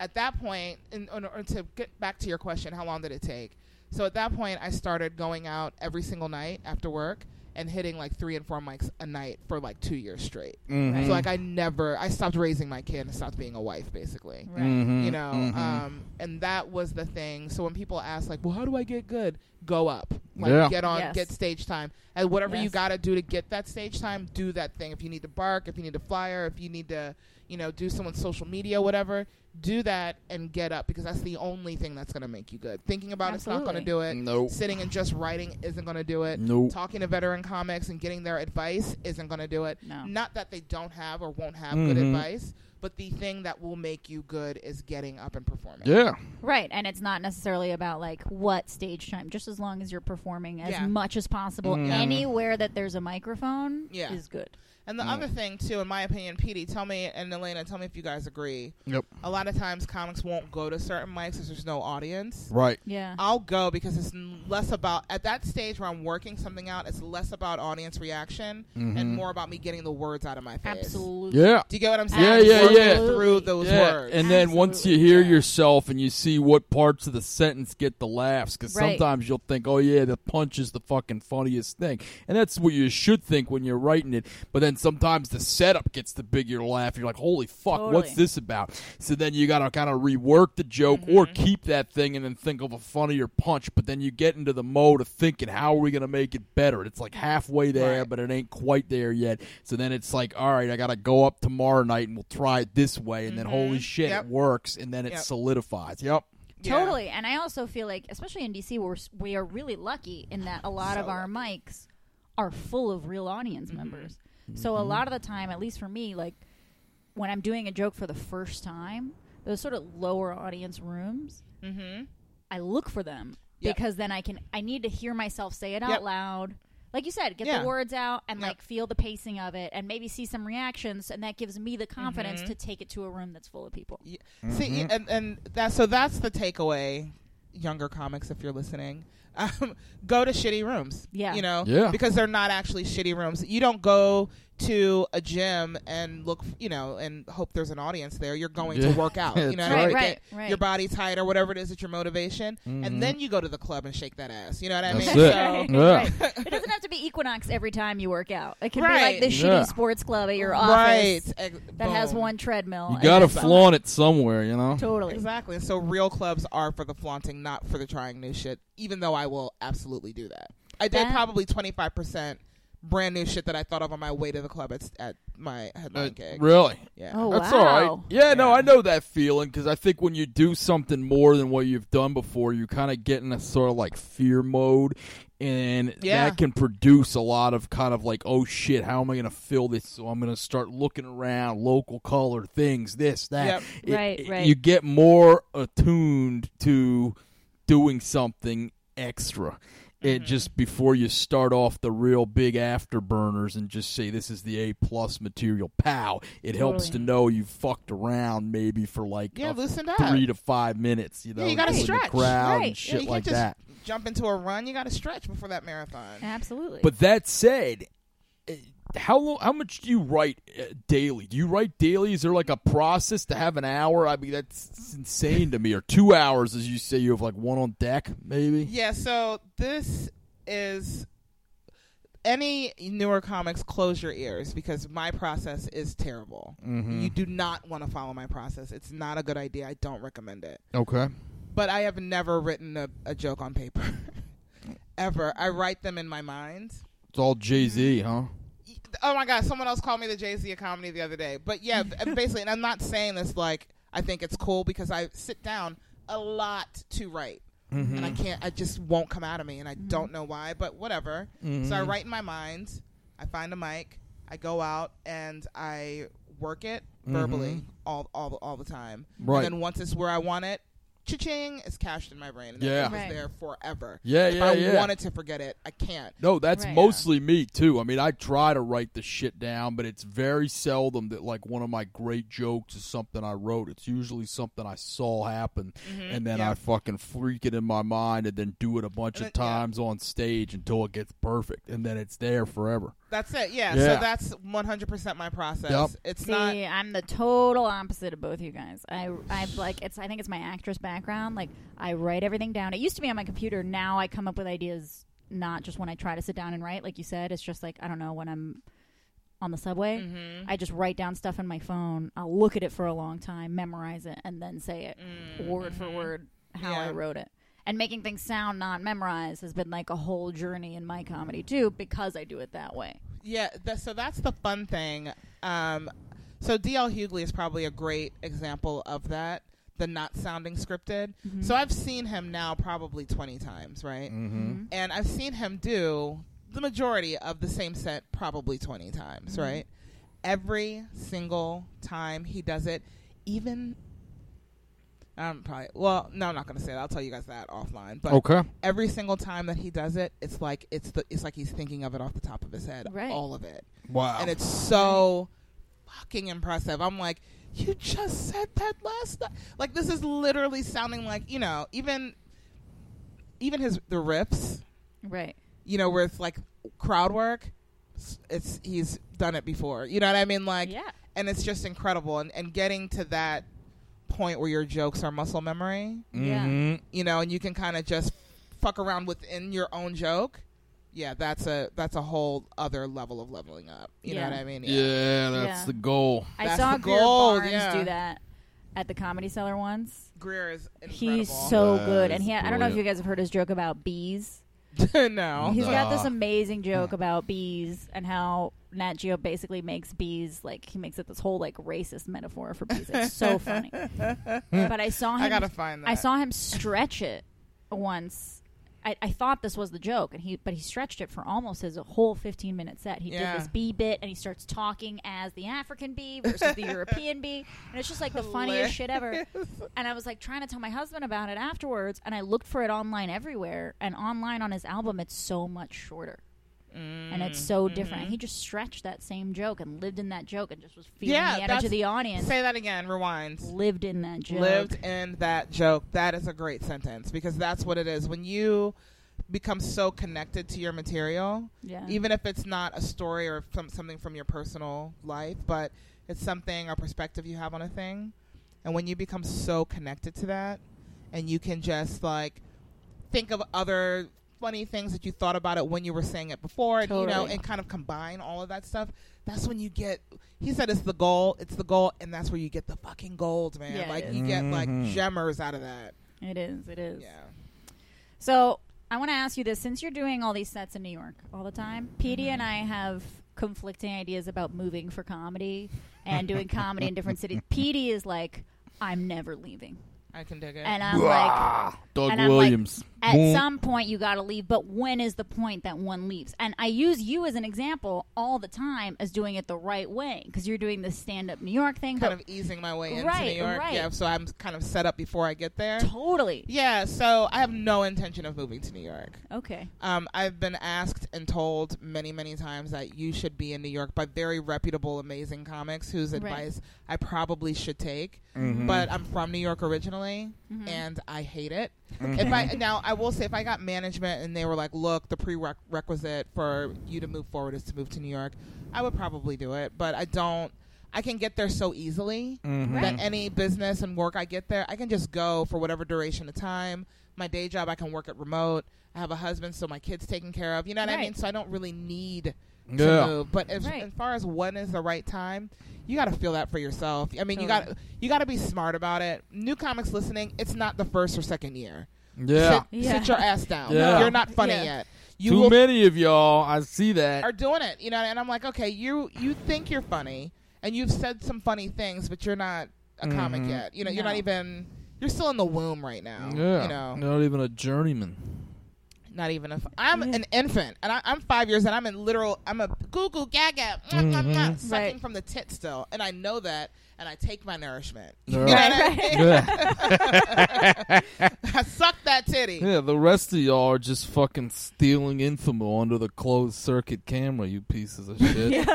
[SPEAKER 2] at that point, in, in, or to get back to your question, how long did it take? So at that point, I started going out every single night after work and hitting like three and four mics a night for like two years straight.
[SPEAKER 1] Mhm.
[SPEAKER 2] So like I never, I stopped raising my kid and stopped being a wife, basically.
[SPEAKER 3] Right.
[SPEAKER 1] Mhm.
[SPEAKER 2] You know,
[SPEAKER 1] Mhm.
[SPEAKER 2] um, and that was the thing. So when people ask, like, "Well, how do I get good?" Go up, like,
[SPEAKER 1] Yeah.
[SPEAKER 2] get on,
[SPEAKER 3] Yes.
[SPEAKER 2] get stage time, and whatever you
[SPEAKER 3] Yes.
[SPEAKER 2] got to do to get that stage time, do that thing. If you need to bark, if you need to flyer, if you need to, you know, do someone's social media, whatever, do that and get up because that's the only thing that's going to make you good. Thinking about it's not going to
[SPEAKER 3] Absolutely.
[SPEAKER 2] do it.
[SPEAKER 1] Nope.
[SPEAKER 2] Sitting and just writing isn't going to do it.
[SPEAKER 1] Nope.
[SPEAKER 2] Talking to veteran comics and getting their advice isn't going to do it.
[SPEAKER 3] No.
[SPEAKER 2] Not that they don't have or won't have good
[SPEAKER 1] Mhm.
[SPEAKER 2] advice, but the thing that will make you good is getting up and performing.
[SPEAKER 1] Yeah.
[SPEAKER 3] Right, and it's not necessarily about like what stage time. Just as long as you're performing as
[SPEAKER 2] Yeah.
[SPEAKER 3] much as possible
[SPEAKER 1] Mm.
[SPEAKER 3] anywhere that there's a microphone
[SPEAKER 2] Yeah.
[SPEAKER 3] is good.
[SPEAKER 2] And
[SPEAKER 1] Mm.
[SPEAKER 2] the other thing too, in my opinion, Petey, tell me and Elena, tell me if you guys agree.
[SPEAKER 1] Yep.
[SPEAKER 2] A lot of times comics won't go to certain mics because there's no audience.
[SPEAKER 1] Right.
[SPEAKER 3] Yeah.
[SPEAKER 2] I'll go because it's n- less about at that stage where I'm working something out. It's less about audience reaction
[SPEAKER 1] Mm-hmm.
[SPEAKER 2] and more about me getting the words out of my face.
[SPEAKER 3] Absolutely.
[SPEAKER 1] Yeah.
[SPEAKER 2] Do you get what I'm saying?
[SPEAKER 1] Yeah,
[SPEAKER 2] It's
[SPEAKER 1] yeah,
[SPEAKER 2] working
[SPEAKER 1] yeah.
[SPEAKER 2] Through those
[SPEAKER 1] yeah.
[SPEAKER 2] words.
[SPEAKER 1] And then once you
[SPEAKER 3] Absolutely.
[SPEAKER 1] hear
[SPEAKER 2] Yeah.
[SPEAKER 1] yourself and you see what parts of the sentence get the laughs, because
[SPEAKER 3] Right.
[SPEAKER 1] sometimes you'll think, oh, yeah, the punch is the fucking funniest thing. And that's what you should think when you're writing it. But then sometimes the setup gets the bigger laugh. You're like, holy fuck, what's
[SPEAKER 3] Totally.
[SPEAKER 1] this about? So then you got to kind of rework the joke or
[SPEAKER 3] Mm-hmm.
[SPEAKER 1] keep that thing and then think of a funnier punch. But then you get into the mode of thinking, how are we going to make it better? It's like halfway there,
[SPEAKER 2] Right.
[SPEAKER 1] but it ain't quite there yet. So then it's like, all right, I got to go up tomorrow night and we'll try it this way. And then holy shit,
[SPEAKER 2] Mm-hmm. Yep.
[SPEAKER 1] it works. And then it
[SPEAKER 2] Yep.
[SPEAKER 1] solidifies. Yep.
[SPEAKER 2] Yeah.
[SPEAKER 3] Totally. And I also feel like, especially in DC, we're, s- we are really lucky in that a lot of
[SPEAKER 2] So Mm-hmm.
[SPEAKER 3] our mics are full of real audience members. So a lot of the time, at least for me, like when I'm doing a joke for the first time, those sort of lower audience rooms,
[SPEAKER 2] Mm-hmm.
[SPEAKER 3] I look for them
[SPEAKER 2] Yep.
[SPEAKER 3] because then I can, I need to hear myself say it out
[SPEAKER 2] Yep.
[SPEAKER 3] loud. Like you said, get
[SPEAKER 2] Yeah.
[SPEAKER 3] the words out and
[SPEAKER 2] Yep.
[SPEAKER 3] like feel the pacing of it and maybe see some reactions. And that gives me the confidence
[SPEAKER 2] Mm-hmm.
[SPEAKER 3] to take it to a room that's full of people.
[SPEAKER 2] Yeah.
[SPEAKER 1] Mm-hmm.
[SPEAKER 2] See, and, and that so that's the takeaway, younger comics, if you're listening, [LAUGHS] um, go to shitty rooms.
[SPEAKER 3] Yeah.
[SPEAKER 2] you know,
[SPEAKER 1] Yeah.
[SPEAKER 2] because they're not actually shitty rooms. You don't go to a gym and look, you know, and hope there's an audience there. You're going
[SPEAKER 1] Yeah.
[SPEAKER 2] to
[SPEAKER 1] [LAUGHS]
[SPEAKER 2] work out. You know,
[SPEAKER 1] That's
[SPEAKER 2] what I
[SPEAKER 1] right.
[SPEAKER 2] mean?
[SPEAKER 3] Right,
[SPEAKER 2] Get
[SPEAKER 3] right,
[SPEAKER 2] your
[SPEAKER 3] right.
[SPEAKER 2] body tight or whatever it is that your motivation,
[SPEAKER 1] Mhm.
[SPEAKER 2] and then you go to the club and shake that ass. You know what I
[SPEAKER 1] That's
[SPEAKER 2] mean?
[SPEAKER 1] it.
[SPEAKER 2] So-
[SPEAKER 3] Right,
[SPEAKER 1] Yeah.
[SPEAKER 3] right. It doesn't have to be Equinox every time you work out. It can
[SPEAKER 2] Right.
[SPEAKER 3] be like the shitty
[SPEAKER 1] Yeah.
[SPEAKER 3] sports club at your
[SPEAKER 2] right.
[SPEAKER 3] office
[SPEAKER 2] Ex-
[SPEAKER 3] that has
[SPEAKER 2] boom.
[SPEAKER 3] one treadmill.
[SPEAKER 1] You
[SPEAKER 3] and
[SPEAKER 1] got to
[SPEAKER 3] it's-
[SPEAKER 1] flaunt it somewhere, you know?
[SPEAKER 3] Totally.
[SPEAKER 2] Exactly. And so real clubs are for the flaunting, not for the trying new shit, even though I will absolutely do that. I did
[SPEAKER 3] That-
[SPEAKER 2] probably 25% brand new shit that I thought of on my way to the club at, at my headline
[SPEAKER 1] Uh,
[SPEAKER 2] gig.
[SPEAKER 1] really?
[SPEAKER 2] yeah.
[SPEAKER 3] Oh,
[SPEAKER 1] That's
[SPEAKER 3] wow.
[SPEAKER 1] all right. Yeah, no,
[SPEAKER 2] Yeah.
[SPEAKER 1] I know that feeling because I think when you do something more than what you've done before, you kind of get in a sort of like fear mode, and
[SPEAKER 2] Yeah.
[SPEAKER 1] that can produce a lot of kind of like, oh shit, how am I going to fill this? So I'm going to start looking around local color things, this, that.
[SPEAKER 2] Yep.
[SPEAKER 1] It-
[SPEAKER 3] Right,
[SPEAKER 1] it-
[SPEAKER 3] right.
[SPEAKER 1] You get more attuned to doing something extra. It just before you start off the real big afterburners and just say this is the A plus material, pow! It helps to
[SPEAKER 3] Totally.
[SPEAKER 1] know you fucked around maybe for like
[SPEAKER 2] Yeah,
[SPEAKER 1] a
[SPEAKER 2] loosened up.
[SPEAKER 1] three to five minutes. You know,
[SPEAKER 2] Yeah, you gotta
[SPEAKER 1] just in the
[SPEAKER 2] stretch.
[SPEAKER 1] crowd
[SPEAKER 3] Right.
[SPEAKER 1] and
[SPEAKER 3] Yeah,
[SPEAKER 2] Yeah, you
[SPEAKER 1] shit
[SPEAKER 2] can't
[SPEAKER 1] like
[SPEAKER 2] just
[SPEAKER 1] that.
[SPEAKER 2] jump into a run. You got to stretch before that marathon.
[SPEAKER 3] Absolutely.
[SPEAKER 1] But that said, eh, how long, how much do you write eh, daily? Do you write daily? Is there like a process to have an hour? I mean, that's insane to me. Or two hours, as you say, you have like one on deck, maybe.
[SPEAKER 2] Yeah, so this is any newer comics close your ears because my process is terrible.
[SPEAKER 1] Mm-hmm.
[SPEAKER 2] You do not want to follow my process. It's not a good idea. I don't recommend it.
[SPEAKER 1] Okay.
[SPEAKER 2] but I [LAUGHS] have never written a, a joke on paper ever. I write them in my mind
[SPEAKER 1] It's all Jay Z, huh?
[SPEAKER 2] oh my god, someone else called me the Jay Z of comedy the other day. But yeah, b- basically, and I'm not saying this like I think it's cool because I sit down a lot to write,
[SPEAKER 1] Mm-hmm.
[SPEAKER 2] and I can't. I just won't come out of me, and I don't know why. But whatever. So
[SPEAKER 1] Mm-hmm.
[SPEAKER 2] I write in my mind. I find a mic. I go out and I work it verbally all, all all the time.
[SPEAKER 1] Mm-hmm. Right.
[SPEAKER 2] And then once it's where I want it. Cha-ching! It's cashed in my brain. And that
[SPEAKER 1] Yeah.
[SPEAKER 2] thing is
[SPEAKER 3] Right.
[SPEAKER 2] there forever.
[SPEAKER 1] Yeah,
[SPEAKER 2] if
[SPEAKER 1] yeah,
[SPEAKER 2] I
[SPEAKER 1] yeah.
[SPEAKER 2] wanted to forget it, I can't.
[SPEAKER 1] No, that's
[SPEAKER 3] Right.
[SPEAKER 1] mostly me too. I mean, I try to write the shit down, but it's very seldom that like one of my great jokes is something I wrote. It's usually something I saw happen,
[SPEAKER 3] Mm-hmm.
[SPEAKER 1] and then
[SPEAKER 2] yeah.
[SPEAKER 1] I fucking freak it in my mind, and then do it a bunch
[SPEAKER 2] And
[SPEAKER 1] of
[SPEAKER 2] then- yeah.
[SPEAKER 1] times on stage until it gets perfect, and then it's there forever.
[SPEAKER 2] That's it. Yeah.
[SPEAKER 1] Yeah.
[SPEAKER 2] So that's 100% my process.
[SPEAKER 1] Yep.
[SPEAKER 2] It's
[SPEAKER 3] See,
[SPEAKER 2] not.
[SPEAKER 3] I'm the total opposite of both you guys. I, I like it's. I think it's my actress background. Like I write everything down. It used to be on my computer. Now I come up with ideas, not just when I try to sit down and write. Like you said, it's just like I don't know when I'm on the subway.
[SPEAKER 2] Mm-hmm.
[SPEAKER 3] I just write down stuff in my phone. I'll look at it for a long time, memorize it, and then say it word for word how I
[SPEAKER 2] Mm-hmm. Yeah.
[SPEAKER 3] wrote it. And making things sound not memorized has been like a whole journey in my comedy too, because I do it that way.
[SPEAKER 2] Yeah. That, so that's the fun thing. Um, so DL Hughley is probably a great example of that. The not sounding scripted. So I've seen him now probably 20 times, right?
[SPEAKER 1] Mm-hmm.
[SPEAKER 2] And I've seen him do the majority of the same set probably 20 times,
[SPEAKER 1] Mm-hmm.
[SPEAKER 2] right? Every single time he does it, even. I'm probably. Well, no, I'm not going to say that. I'll tell you guys that offline. But
[SPEAKER 1] Okay,
[SPEAKER 2] every single time that he does it, it's like it's the it's like he's thinking of it off the top of his head,
[SPEAKER 3] Right.
[SPEAKER 2] all of it,
[SPEAKER 1] wow,
[SPEAKER 2] and it's so fucking impressive. I'm like, you just said that last night. Like this is literally sounding like you know even even his the riffs,
[SPEAKER 3] Right.
[SPEAKER 2] you know, where it's like crowd work. s- It's he's done it before. You know what I mean? Like
[SPEAKER 3] yeah.
[SPEAKER 2] and it's just incredible. And and getting to that point where your jokes are muscle memory
[SPEAKER 3] Yeah.
[SPEAKER 1] Mhm.
[SPEAKER 2] you know, and you can kind of just fuck around within your own joke. Yeah, that's a that's a whole other level of leveling up. You
[SPEAKER 3] Yeah.
[SPEAKER 2] know what I mean?
[SPEAKER 1] Yeah, that's
[SPEAKER 3] Yeah.
[SPEAKER 1] the goal.
[SPEAKER 3] I
[SPEAKER 2] That's
[SPEAKER 3] saw
[SPEAKER 2] the
[SPEAKER 3] Greer
[SPEAKER 2] goal,
[SPEAKER 3] Barnes
[SPEAKER 2] yeah.
[SPEAKER 3] do that at the Comedy Cellar once.
[SPEAKER 2] Greer is incredible.
[SPEAKER 3] He's so
[SPEAKER 1] That
[SPEAKER 3] good,
[SPEAKER 1] is
[SPEAKER 3] and he had, I don't know if you
[SPEAKER 1] brilliant.
[SPEAKER 3] guys have heard his joke about bees.
[SPEAKER 2] [LAUGHS] no.
[SPEAKER 3] [LAUGHS] He's got this
[SPEAKER 1] Nah.
[SPEAKER 3] amazing joke about bees and how Nat Geo basically makes bees like he makes it this whole like racist metaphor for bees.
[SPEAKER 2] [LAUGHS]
[SPEAKER 3] It's so funny. but I saw him.
[SPEAKER 2] I gotta find that.
[SPEAKER 3] I saw him stretch it once. I, I thought this was the joke, and he but he stretched it for almost his whole fifteen minute set. He
[SPEAKER 2] Yeah.
[SPEAKER 3] did this bee bit, and he starts talking as the African bee versus the European bee, and it's just like the funniest
[SPEAKER 2] [LAUGHS]
[SPEAKER 3] shit ever. And I was like trying to tell my husband about it afterwards, and I looked for it online everywhere, and online on his album, it's so much shorter. Mm. And it's so
[SPEAKER 2] Mm-hmm.
[SPEAKER 3] different. And he just stretched that same joke and lived in that joke and just was feeling
[SPEAKER 2] Yeah,
[SPEAKER 3] the
[SPEAKER 2] that's-
[SPEAKER 3] energy of the audience.
[SPEAKER 2] Mm. Say that again. Rewind.
[SPEAKER 3] lived in that joke.
[SPEAKER 2] Lived in that joke. That is a great sentence because that's what it is. When you become so connected to your material,
[SPEAKER 3] Yeah.
[SPEAKER 2] even if it's not a story or some, something from your personal life, but it's something or perspective you have on a thing. And when you become so connected to that, and you can just like think of other funny things that you thought about it when you were saying it before, and you know,
[SPEAKER 3] Totally.
[SPEAKER 2] and kind of combine all of that stuff. That's when you get. He said it's the goal. It's the goal, and that's where you get the fucking gold, man.
[SPEAKER 3] Yeah, it
[SPEAKER 2] like
[SPEAKER 3] is.
[SPEAKER 2] you get like
[SPEAKER 1] Mhm.
[SPEAKER 2] gemmers out of that.
[SPEAKER 3] It is. It is.
[SPEAKER 2] Yeah.
[SPEAKER 3] So I want to ask you this: since you're doing all these sets in New York all the time, Petey
[SPEAKER 2] Mm-hmm.
[SPEAKER 3] and I have conflicting ideas about moving for comedy and doing comedy in
[SPEAKER 2] [LAUGHS]
[SPEAKER 3] different cities. Petey is like, I'm never leaving,
[SPEAKER 2] I can dig it.
[SPEAKER 3] and I'm like.
[SPEAKER 1] Doug
[SPEAKER 3] and I'm like,
[SPEAKER 1] Williams.
[SPEAKER 3] At
[SPEAKER 1] Boom.
[SPEAKER 3] some point, you got to leave, but when is the point that one leaves? And I use you as an example all the time as doing it the right way because you're doing this stand up New York thing.
[SPEAKER 2] kind
[SPEAKER 3] but
[SPEAKER 2] of easing my way into
[SPEAKER 3] Right,
[SPEAKER 2] New York.
[SPEAKER 3] right.
[SPEAKER 2] Yeah, so I'm kind of set up before I get there.
[SPEAKER 3] totally.
[SPEAKER 2] Yeah, so I have no intention of moving to New York.
[SPEAKER 3] Okay.
[SPEAKER 2] Um, I've been asked and told many, many times that you should be in New York by very reputable, amazing comics whose
[SPEAKER 3] Right.
[SPEAKER 2] advice I probably should take. But I'm from New York originally, and I hate it. If I now, I will say, if I got management and they were like, "Look, the prerequisite for you to move forward is to move to New York," I would probably do it. But I don't. I can get there so easily
[SPEAKER 3] Mm-hmm.
[SPEAKER 2] that any business and work I get there, I can just go for whatever duration of time. My day job, I can work at remote. I have a husband, so my kids taken care of. You know what I
[SPEAKER 3] Right.
[SPEAKER 2] mean? So I don't really need to
[SPEAKER 1] Yeah.
[SPEAKER 2] move. But as,
[SPEAKER 3] Right.
[SPEAKER 2] as far as when is the right time, you got to feel that for yourself. I mean, you
[SPEAKER 3] Totally.
[SPEAKER 2] got you got to be smart about it. New comics listening, it's not the first or second year. Sit,
[SPEAKER 1] Yeah.
[SPEAKER 3] Yeah.
[SPEAKER 2] sit your ass down.
[SPEAKER 1] Yeah.
[SPEAKER 2] You're not funny
[SPEAKER 3] Yeah.
[SPEAKER 2] yet. You
[SPEAKER 1] Too
[SPEAKER 2] will
[SPEAKER 1] many of y'all. I see that.
[SPEAKER 2] are doing it, you know. And I'm like, okay, you you think you're funny, and you've said some funny things, but you're not a comic
[SPEAKER 1] Mhm.
[SPEAKER 2] yet. You know, you're not
[SPEAKER 3] No.
[SPEAKER 2] even. You're still in the womb right now.
[SPEAKER 1] yeah.
[SPEAKER 2] You know,
[SPEAKER 1] Not even a journeyman.
[SPEAKER 3] [LAUGHS]
[SPEAKER 2] not even a. F- I'm
[SPEAKER 3] Yeah.
[SPEAKER 2] an infant, and I, I'm five years, and I'm in literal. I'm a goo goo gaga, mwah, mwah, mwah,
[SPEAKER 1] Mhm.
[SPEAKER 2] sucking
[SPEAKER 3] Right.
[SPEAKER 2] from the tit still, and I know that, and I take my nourishment.
[SPEAKER 1] Yeah.
[SPEAKER 2] You know what I
[SPEAKER 3] [LAUGHS] Right,
[SPEAKER 2] mean? [LAUGHS]
[SPEAKER 1] yeah.
[SPEAKER 2] I suck that titty.
[SPEAKER 1] Yeah, the rest of y'all are just fucking stealing infamil under the closed circuit camera, you pieces
[SPEAKER 2] [LAUGHS]
[SPEAKER 1] of shit.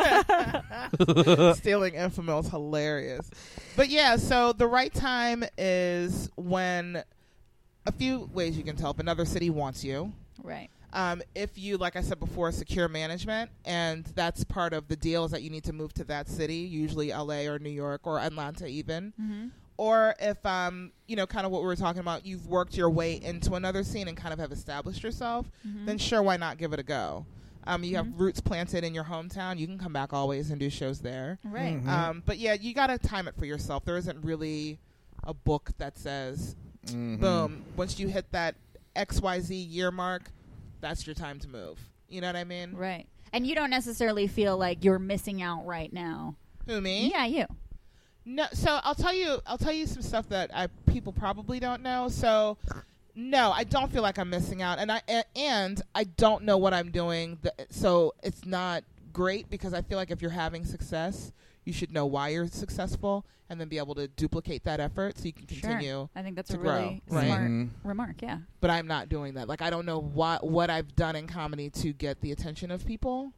[SPEAKER 2] Stealing infamil is hilarious. But yeah, so the right time is when a few ways you can tell if another city wants you.
[SPEAKER 3] Right.
[SPEAKER 2] Um, if you, like I said before, secure management, and that's part of the deal is that you need to move to that city, usually LA or New York or Atlanta even.
[SPEAKER 3] Mhm.
[SPEAKER 2] Or if, um, you know, kind of what we were talking about, you've worked your way into another scene and kind of have established yourself, then sure, why not give it a go? Um, you have roots planted in your hometown. You can come back always and do shows there.
[SPEAKER 3] Right. Uh,
[SPEAKER 1] Mhm.
[SPEAKER 2] Um, but yeah, you gotta time it for yourself. There isn't really a book that says,
[SPEAKER 1] Mhm.
[SPEAKER 2] "Boom, once you hit that X Y Z year mark, that's your time to move." You know what I mean?
[SPEAKER 3] Right. And you don't necessarily feel like you're missing out right now.
[SPEAKER 2] Who me?
[SPEAKER 3] Yeah, you.
[SPEAKER 2] No. So I'll tell you. I'll tell you some stuff that I people probably don't know. So. No, I don't feel like I'm missing out, and I a- and I don't know what I'm doing, th- so it's not great because I feel like if you're having success, you should know why you're successful, and then be able to duplicate that effort so you can
[SPEAKER 3] Sure.
[SPEAKER 2] continue
[SPEAKER 3] I think that's
[SPEAKER 2] to
[SPEAKER 3] a really
[SPEAKER 2] grow, right.
[SPEAKER 3] smart
[SPEAKER 1] Mhm.
[SPEAKER 3] remark. Yeah.
[SPEAKER 2] but I'm not doing that. Like I don't know what what I've done in comedy to get the attention of people.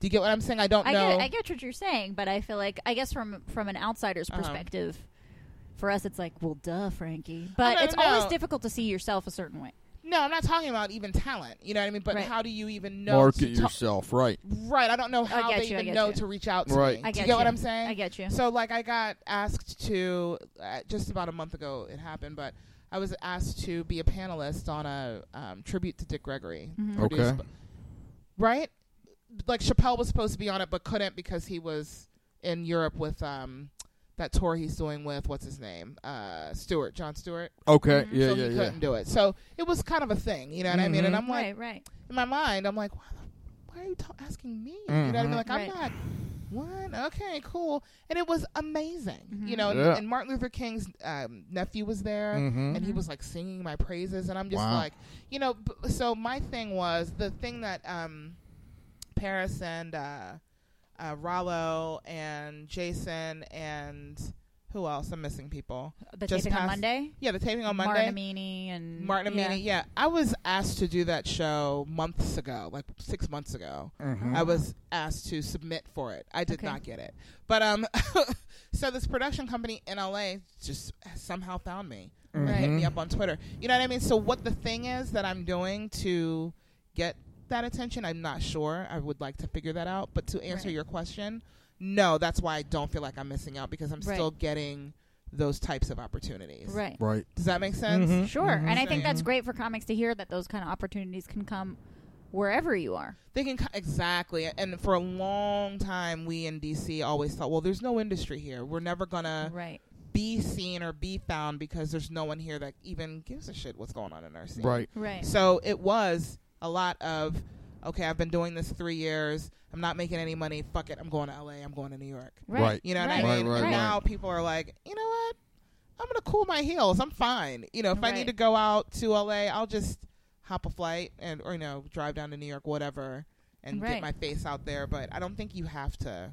[SPEAKER 2] Do you get what I'm saying? I don't
[SPEAKER 3] I
[SPEAKER 2] know.
[SPEAKER 3] get I get what you're saying, but I feel like I guess from from an outsider's
[SPEAKER 2] Uh-huh.
[SPEAKER 3] perspective, for us it's like, well, duh, Frankie. But
[SPEAKER 2] Oh, no,
[SPEAKER 3] it's
[SPEAKER 2] no,
[SPEAKER 3] always
[SPEAKER 2] no.
[SPEAKER 3] difficult to see yourself a certain way.
[SPEAKER 2] no, I'm not talking about even talent. You know what I mean? But
[SPEAKER 3] Right.
[SPEAKER 2] how do you even know?
[SPEAKER 1] Market
[SPEAKER 2] to ta-
[SPEAKER 1] yourself, right?
[SPEAKER 2] right. I don't know how
[SPEAKER 3] get
[SPEAKER 2] they
[SPEAKER 3] you, I
[SPEAKER 2] even
[SPEAKER 3] get
[SPEAKER 2] know
[SPEAKER 3] you.
[SPEAKER 2] to reach out to
[SPEAKER 1] Right.
[SPEAKER 2] me.
[SPEAKER 3] I
[SPEAKER 2] Do
[SPEAKER 3] get
[SPEAKER 2] you get what
[SPEAKER 3] you.
[SPEAKER 2] I'm saying?
[SPEAKER 3] I get you.
[SPEAKER 2] So like I got asked to uh, just about a month ago. It happened, but I was asked to be a panelist on a um, tribute to Dick Gregory.
[SPEAKER 3] Mhm.
[SPEAKER 1] Okay.
[SPEAKER 2] Produced by- right? Like Chappelle was supposed to be on it, but couldn't because he was in Europe with um that tour he's doing with what's his name uh Stewart John Stewart.
[SPEAKER 1] Okay,
[SPEAKER 3] Mhm.
[SPEAKER 1] yeah,
[SPEAKER 2] Mm-hmm. so
[SPEAKER 1] yeah,
[SPEAKER 2] he
[SPEAKER 1] yeah.
[SPEAKER 2] couldn't do it. So it was kind of a thing, you know what I mean? And
[SPEAKER 1] Mhm.
[SPEAKER 3] Mm-hmm.
[SPEAKER 2] I'm like,
[SPEAKER 3] right, right.
[SPEAKER 2] in my mind, I'm like, why, the, why are you ta- asking me? You know what I mean?
[SPEAKER 1] Mhm.
[SPEAKER 2] Like
[SPEAKER 3] Right.
[SPEAKER 2] I'm not. What? Okay, cool. And it was amazing, you
[SPEAKER 3] Mhm.
[SPEAKER 2] know. And,
[SPEAKER 1] Yeah.
[SPEAKER 2] and Martin Luther King's um, nephew was there
[SPEAKER 1] Mm-hmm.
[SPEAKER 2] and he
[SPEAKER 3] Mhm.
[SPEAKER 2] was like singing my praises and i'm just
[SPEAKER 1] Wow.
[SPEAKER 2] like you know b- so my thing was the thing that um paris and uh, uh rollo and jason and who else i'm missing people
[SPEAKER 3] The
[SPEAKER 2] Just
[SPEAKER 3] taping on
[SPEAKER 2] past-
[SPEAKER 3] Monday.
[SPEAKER 2] yeah the taping on monday
[SPEAKER 3] Martin Amini and
[SPEAKER 2] Mm-hmm. martin
[SPEAKER 3] yeah.
[SPEAKER 2] Amini, yeah i was asked to do that show months ago like six months ago
[SPEAKER 1] Mm-hmm.
[SPEAKER 2] I was asked to submit for it. I did
[SPEAKER 3] Mm-hmm. Okay.
[SPEAKER 2] not get it. But um [LAUGHS] so this production company in LA just somehow found me. and hit
[SPEAKER 1] Mhm.
[SPEAKER 2] me
[SPEAKER 3] Mm-hmm.
[SPEAKER 2] up on Twitter. You know what I mean? So what the thing is that I'm doing to get that attention, I'm not sure. I would like to figure that out, but to answer
[SPEAKER 3] Right.
[SPEAKER 2] your question, no, that's why I don't feel like I'm missing out because I'm
[SPEAKER 3] Right.
[SPEAKER 2] still getting those types of opportunities.
[SPEAKER 3] Right. Mm-hmm.
[SPEAKER 1] Right.
[SPEAKER 2] Does that make sense?
[SPEAKER 1] Mhm.
[SPEAKER 3] Sure. And I think
[SPEAKER 2] Mm-hmm. Same.
[SPEAKER 3] that's great for comics to hear that those kind of opportunities can come wherever you are.
[SPEAKER 2] They can co- exactly, and for a long time, we in DC always thought, well, there's no industry here. We're never gonna
[SPEAKER 3] right.
[SPEAKER 2] be seen or be found because there's no one here that even gives a shit what's going on in our scene.
[SPEAKER 1] Right.
[SPEAKER 3] Right.
[SPEAKER 2] So it was a lot of, okay, I've been doing this three years. I'm not making any money. Fuck it. I'm going to LA. I'm going to New York.
[SPEAKER 1] Right.
[SPEAKER 2] You know what
[SPEAKER 3] Right.
[SPEAKER 2] I mean?
[SPEAKER 1] Right, right,
[SPEAKER 2] and
[SPEAKER 1] right.
[SPEAKER 2] now people are like, you know what? I'm going to cool my heels. I'm fine. You know, if I need
[SPEAKER 3] Right.
[SPEAKER 2] to go out to LA, I'll just hop a flight and, or, you know, drive down to New York, whatever, and get
[SPEAKER 3] Right.
[SPEAKER 2] my face out there. But I don't think you have to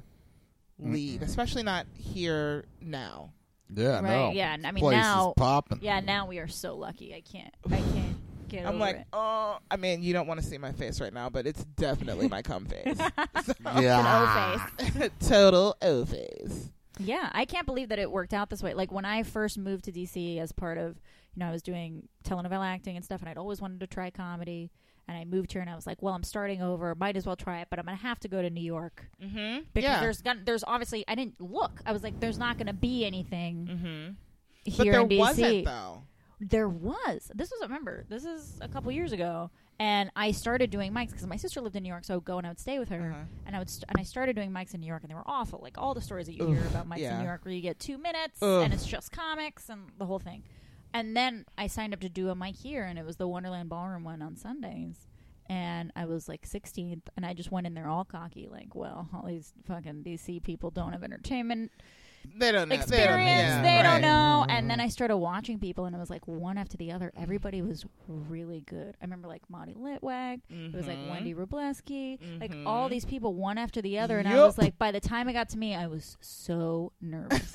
[SPEAKER 1] Mm-mm.
[SPEAKER 2] leave, especially not here now.
[SPEAKER 1] Yeah,
[SPEAKER 3] right.
[SPEAKER 1] no.
[SPEAKER 3] Yeah. and I mean
[SPEAKER 1] Place
[SPEAKER 3] now
[SPEAKER 1] is popping.
[SPEAKER 3] Yeah, now we are so lucky. I can't I can't get
[SPEAKER 2] I'm
[SPEAKER 3] over
[SPEAKER 2] like,
[SPEAKER 3] it.
[SPEAKER 2] oh, I mean, you don't want to see my face right now, but it's definitely my
[SPEAKER 3] [LAUGHS]
[SPEAKER 2] cum face. [LAUGHS]
[SPEAKER 3] It's an O
[SPEAKER 1] [LAUGHS]
[SPEAKER 3] face.
[SPEAKER 2] Total O phase.
[SPEAKER 3] Yeah, I can't believe that it worked out this way. Like when I first moved to DC as part of, you know, I was doing telenovela acting and stuff, and I'd always wanted to try comedy. And I moved here, and I was like, well, I'm starting over. Might as well try it, but I'm gonna have to go to New York
[SPEAKER 2] Mm-hmm.
[SPEAKER 3] because
[SPEAKER 2] yeah.
[SPEAKER 3] there's gonna, there's obviously I didn't look. I was like, there's not gonna be anything
[SPEAKER 2] mm-hmm.
[SPEAKER 3] here
[SPEAKER 2] But there
[SPEAKER 3] in DC.
[SPEAKER 2] wasn't though.
[SPEAKER 3] There was. This was remember. This is a couple years ago, and I started doing mics because my sister lived in New York, so I would go and I would stay with her,
[SPEAKER 2] Uh-huh.
[SPEAKER 3] and I would st- and I started doing mics in New York, and they were awful. Like all the stories that you hear
[SPEAKER 2] Ugh,
[SPEAKER 3] about mics
[SPEAKER 2] yeah.
[SPEAKER 3] in New York, where you get two minutes
[SPEAKER 2] Ugh.
[SPEAKER 3] and it's just comics and the whole thing. And then I signed up to do a mic here, and it was the Wonderland Ballroom one on Sundays. And I was like 16th, and I just went in there all cocky, like, well, all these fucking DC people don't have entertainment
[SPEAKER 2] They don't know.
[SPEAKER 3] experience.
[SPEAKER 2] yeah,
[SPEAKER 3] They
[SPEAKER 2] right.
[SPEAKER 3] don't know. And then I started watching people, and it was like one after the other. Everybody was really good. I remember like Monty Litwag. It was like
[SPEAKER 2] Mm-hmm.
[SPEAKER 3] Wendy Rubleski. Like all these people, one after the other. And I was
[SPEAKER 2] Yup.
[SPEAKER 3] like, by the time it got to me, I was so nervous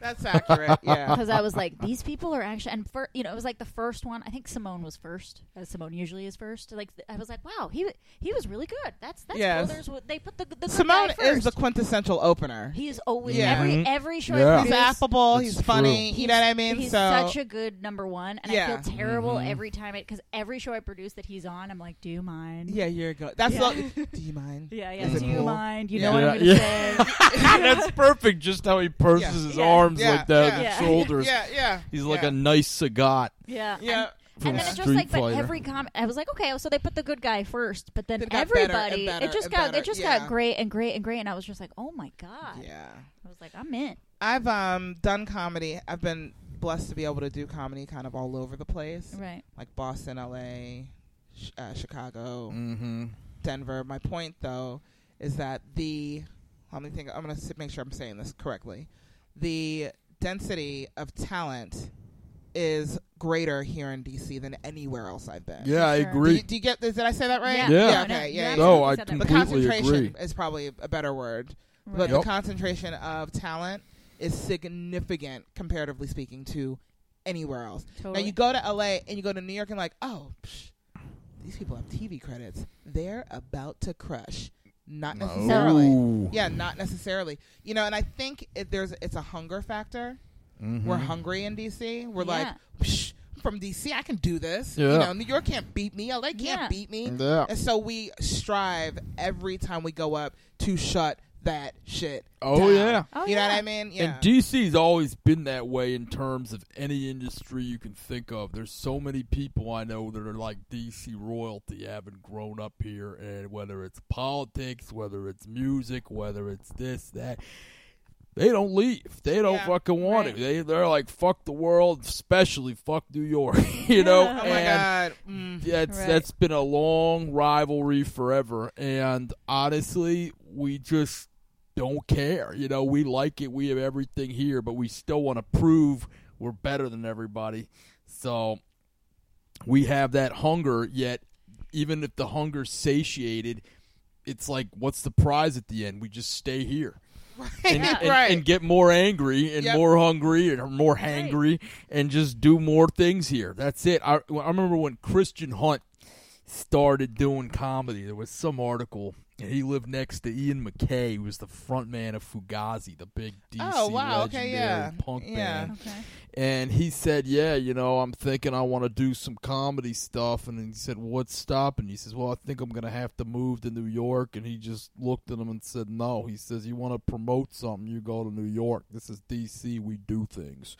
[SPEAKER 2] That's accurate.
[SPEAKER 3] [LAUGHS]
[SPEAKER 2] Yeah.
[SPEAKER 3] because I was
[SPEAKER 2] [LAUGHS]
[SPEAKER 3] like, these people are actually. And for you know, it was like the first one. I think Simone was first, as Simone usually is first. Like th- I was like, wow, he he was really good. That's that's
[SPEAKER 2] Yes.
[SPEAKER 3] cool. There's what they put the, the good
[SPEAKER 2] Simone
[SPEAKER 3] guy first.
[SPEAKER 2] is the quintessential opener.
[SPEAKER 3] he is always
[SPEAKER 2] Yeah.
[SPEAKER 3] every
[SPEAKER 1] Mhm.
[SPEAKER 3] every show.
[SPEAKER 1] Yeah.
[SPEAKER 3] I
[SPEAKER 2] He's
[SPEAKER 3] produce,
[SPEAKER 2] affable.
[SPEAKER 1] It's
[SPEAKER 2] he's funny. You know what I mean?
[SPEAKER 3] He's
[SPEAKER 2] so
[SPEAKER 3] such a good number one, and I
[SPEAKER 2] Yeah. Mm-hmm.
[SPEAKER 3] feel terrible every time it because every show I produce that he's on, I'm like, do you mind?
[SPEAKER 2] yeah, you're good. That's
[SPEAKER 3] Yeah.
[SPEAKER 2] the-
[SPEAKER 3] [LAUGHS]
[SPEAKER 2] do you mind?
[SPEAKER 3] yeah, yeah.
[SPEAKER 2] Is it
[SPEAKER 3] Do you
[SPEAKER 2] cool?
[SPEAKER 3] mind? You
[SPEAKER 2] Yeah.
[SPEAKER 3] know what I'm gonna
[SPEAKER 1] Yeah.
[SPEAKER 3] say.
[SPEAKER 1] That's perfect. Just how he purses
[SPEAKER 2] Yeah.
[SPEAKER 1] his
[SPEAKER 3] Yeah.
[SPEAKER 1] arms
[SPEAKER 2] Yeah.
[SPEAKER 1] like that, and
[SPEAKER 3] Yeah.
[SPEAKER 1] shoulders.
[SPEAKER 2] Yeah, yeah.
[SPEAKER 1] He's like
[SPEAKER 2] yeah.
[SPEAKER 1] a nice sagat
[SPEAKER 3] yeah,
[SPEAKER 2] yeah.
[SPEAKER 1] from
[SPEAKER 3] and then it just
[SPEAKER 1] Street
[SPEAKER 3] like,
[SPEAKER 1] Fighter.
[SPEAKER 3] but every comment, I was like, okay, so they put the good guy first, but then
[SPEAKER 2] It got better and
[SPEAKER 3] everybody,
[SPEAKER 2] better
[SPEAKER 3] it just
[SPEAKER 2] and
[SPEAKER 3] got,
[SPEAKER 2] better,
[SPEAKER 3] it just
[SPEAKER 2] yeah.
[SPEAKER 3] got great and great and great, and I was just like, oh my god,
[SPEAKER 2] Yeah.
[SPEAKER 3] I was like, I'm in.
[SPEAKER 2] I've um done comedy. I've been blessed to be able to do comedy kind of all over the place,
[SPEAKER 3] Right.
[SPEAKER 2] like Boston, L.A., sh- uh, Chicago,
[SPEAKER 1] mm-hmm.
[SPEAKER 2] Uh, Denver. My point though is that the let me think. I'm gonna s- make sure I'm saying this correctly. The density of talent is greater here in D.C. than anywhere else I've been.
[SPEAKER 1] Yeah, I
[SPEAKER 3] sure.
[SPEAKER 2] Do you,
[SPEAKER 1] agree.
[SPEAKER 2] do you get? Did I say that right?
[SPEAKER 3] Yeah.
[SPEAKER 1] Yeah.
[SPEAKER 3] No,
[SPEAKER 2] okay.
[SPEAKER 3] you
[SPEAKER 2] Yeah. yeah.
[SPEAKER 3] absolutely
[SPEAKER 1] No, I
[SPEAKER 3] said that
[SPEAKER 2] But
[SPEAKER 1] completely
[SPEAKER 3] right.
[SPEAKER 2] concentration
[SPEAKER 1] agree.
[SPEAKER 2] is probably a better word.
[SPEAKER 3] Right.
[SPEAKER 2] But
[SPEAKER 1] Yep.
[SPEAKER 2] the concentration of talent is significant, comparatively speaking, to anywhere else.
[SPEAKER 3] Totally.
[SPEAKER 2] Now you go to LA and you go to New York and like, oh, psh, these people have TV credits. They're about to crush. Not necessarily.
[SPEAKER 1] No.
[SPEAKER 2] Yeah, not necessarily. You know, and I think it, there's it's a hunger factor.
[SPEAKER 1] Mhm.
[SPEAKER 2] We're hungry in DC. We're like,
[SPEAKER 3] Yeah.
[SPEAKER 2] psh, I'm from DC, I can do this. You
[SPEAKER 1] Yeah.
[SPEAKER 2] know, New York can't beat me. LA can't
[SPEAKER 3] Yeah.
[SPEAKER 2] beat me.
[SPEAKER 1] Yeah.
[SPEAKER 2] And so we strive every time we go up to shut that shit.
[SPEAKER 1] Oh,
[SPEAKER 2] down.
[SPEAKER 1] yeah.
[SPEAKER 3] Oh,
[SPEAKER 2] you know what
[SPEAKER 3] yeah.
[SPEAKER 2] I mean? Yeah.
[SPEAKER 1] And DC's always been that way in terms of any industry you can think of. There's so many people I know that are like DC royalty, haven't grown up here, and whether it's politics, whether it's music, whether it's this, that, they don't leave. They don't
[SPEAKER 2] Yeah,
[SPEAKER 1] fucking want
[SPEAKER 3] right.
[SPEAKER 1] it. They they're like fuck the world, especially fuck New York, [LAUGHS] you know.
[SPEAKER 3] Yeah.
[SPEAKER 2] oh
[SPEAKER 1] and
[SPEAKER 2] my god. Mm. [LAUGHS]
[SPEAKER 1] that's
[SPEAKER 3] Right.
[SPEAKER 1] that's been a long rivalry forever and honestly we just don't care you know we like it we have everything here but we still want to prove we're better than everybody so we have that hunger yet even if the hunger's satiated it's like what's the prize at the end we just stay here and, and-
[SPEAKER 2] right.
[SPEAKER 1] and get more angry and
[SPEAKER 2] Yep.
[SPEAKER 1] more hungry and more hangry and just do more things here. That's it. I, I remember when Christian Hunt started doing comedy, there was some article, and he lived next to Ian McKay, who was the front man of Fugazi, the big DC
[SPEAKER 2] Oh, wow.
[SPEAKER 1] legendary
[SPEAKER 2] Okay, yeah.
[SPEAKER 1] punk
[SPEAKER 2] Yeah.
[SPEAKER 1] band.
[SPEAKER 3] Okay.
[SPEAKER 1] And he said, "Yeah, you know, I'm thinking I want to do some comedy stuff." And he said, "What's stopping?" He says, "Well, I think I'm going to have to move to New York." And he just looked at him and said, "No." He says, "You want to promote something? You go to New York. This is D.C. We do things."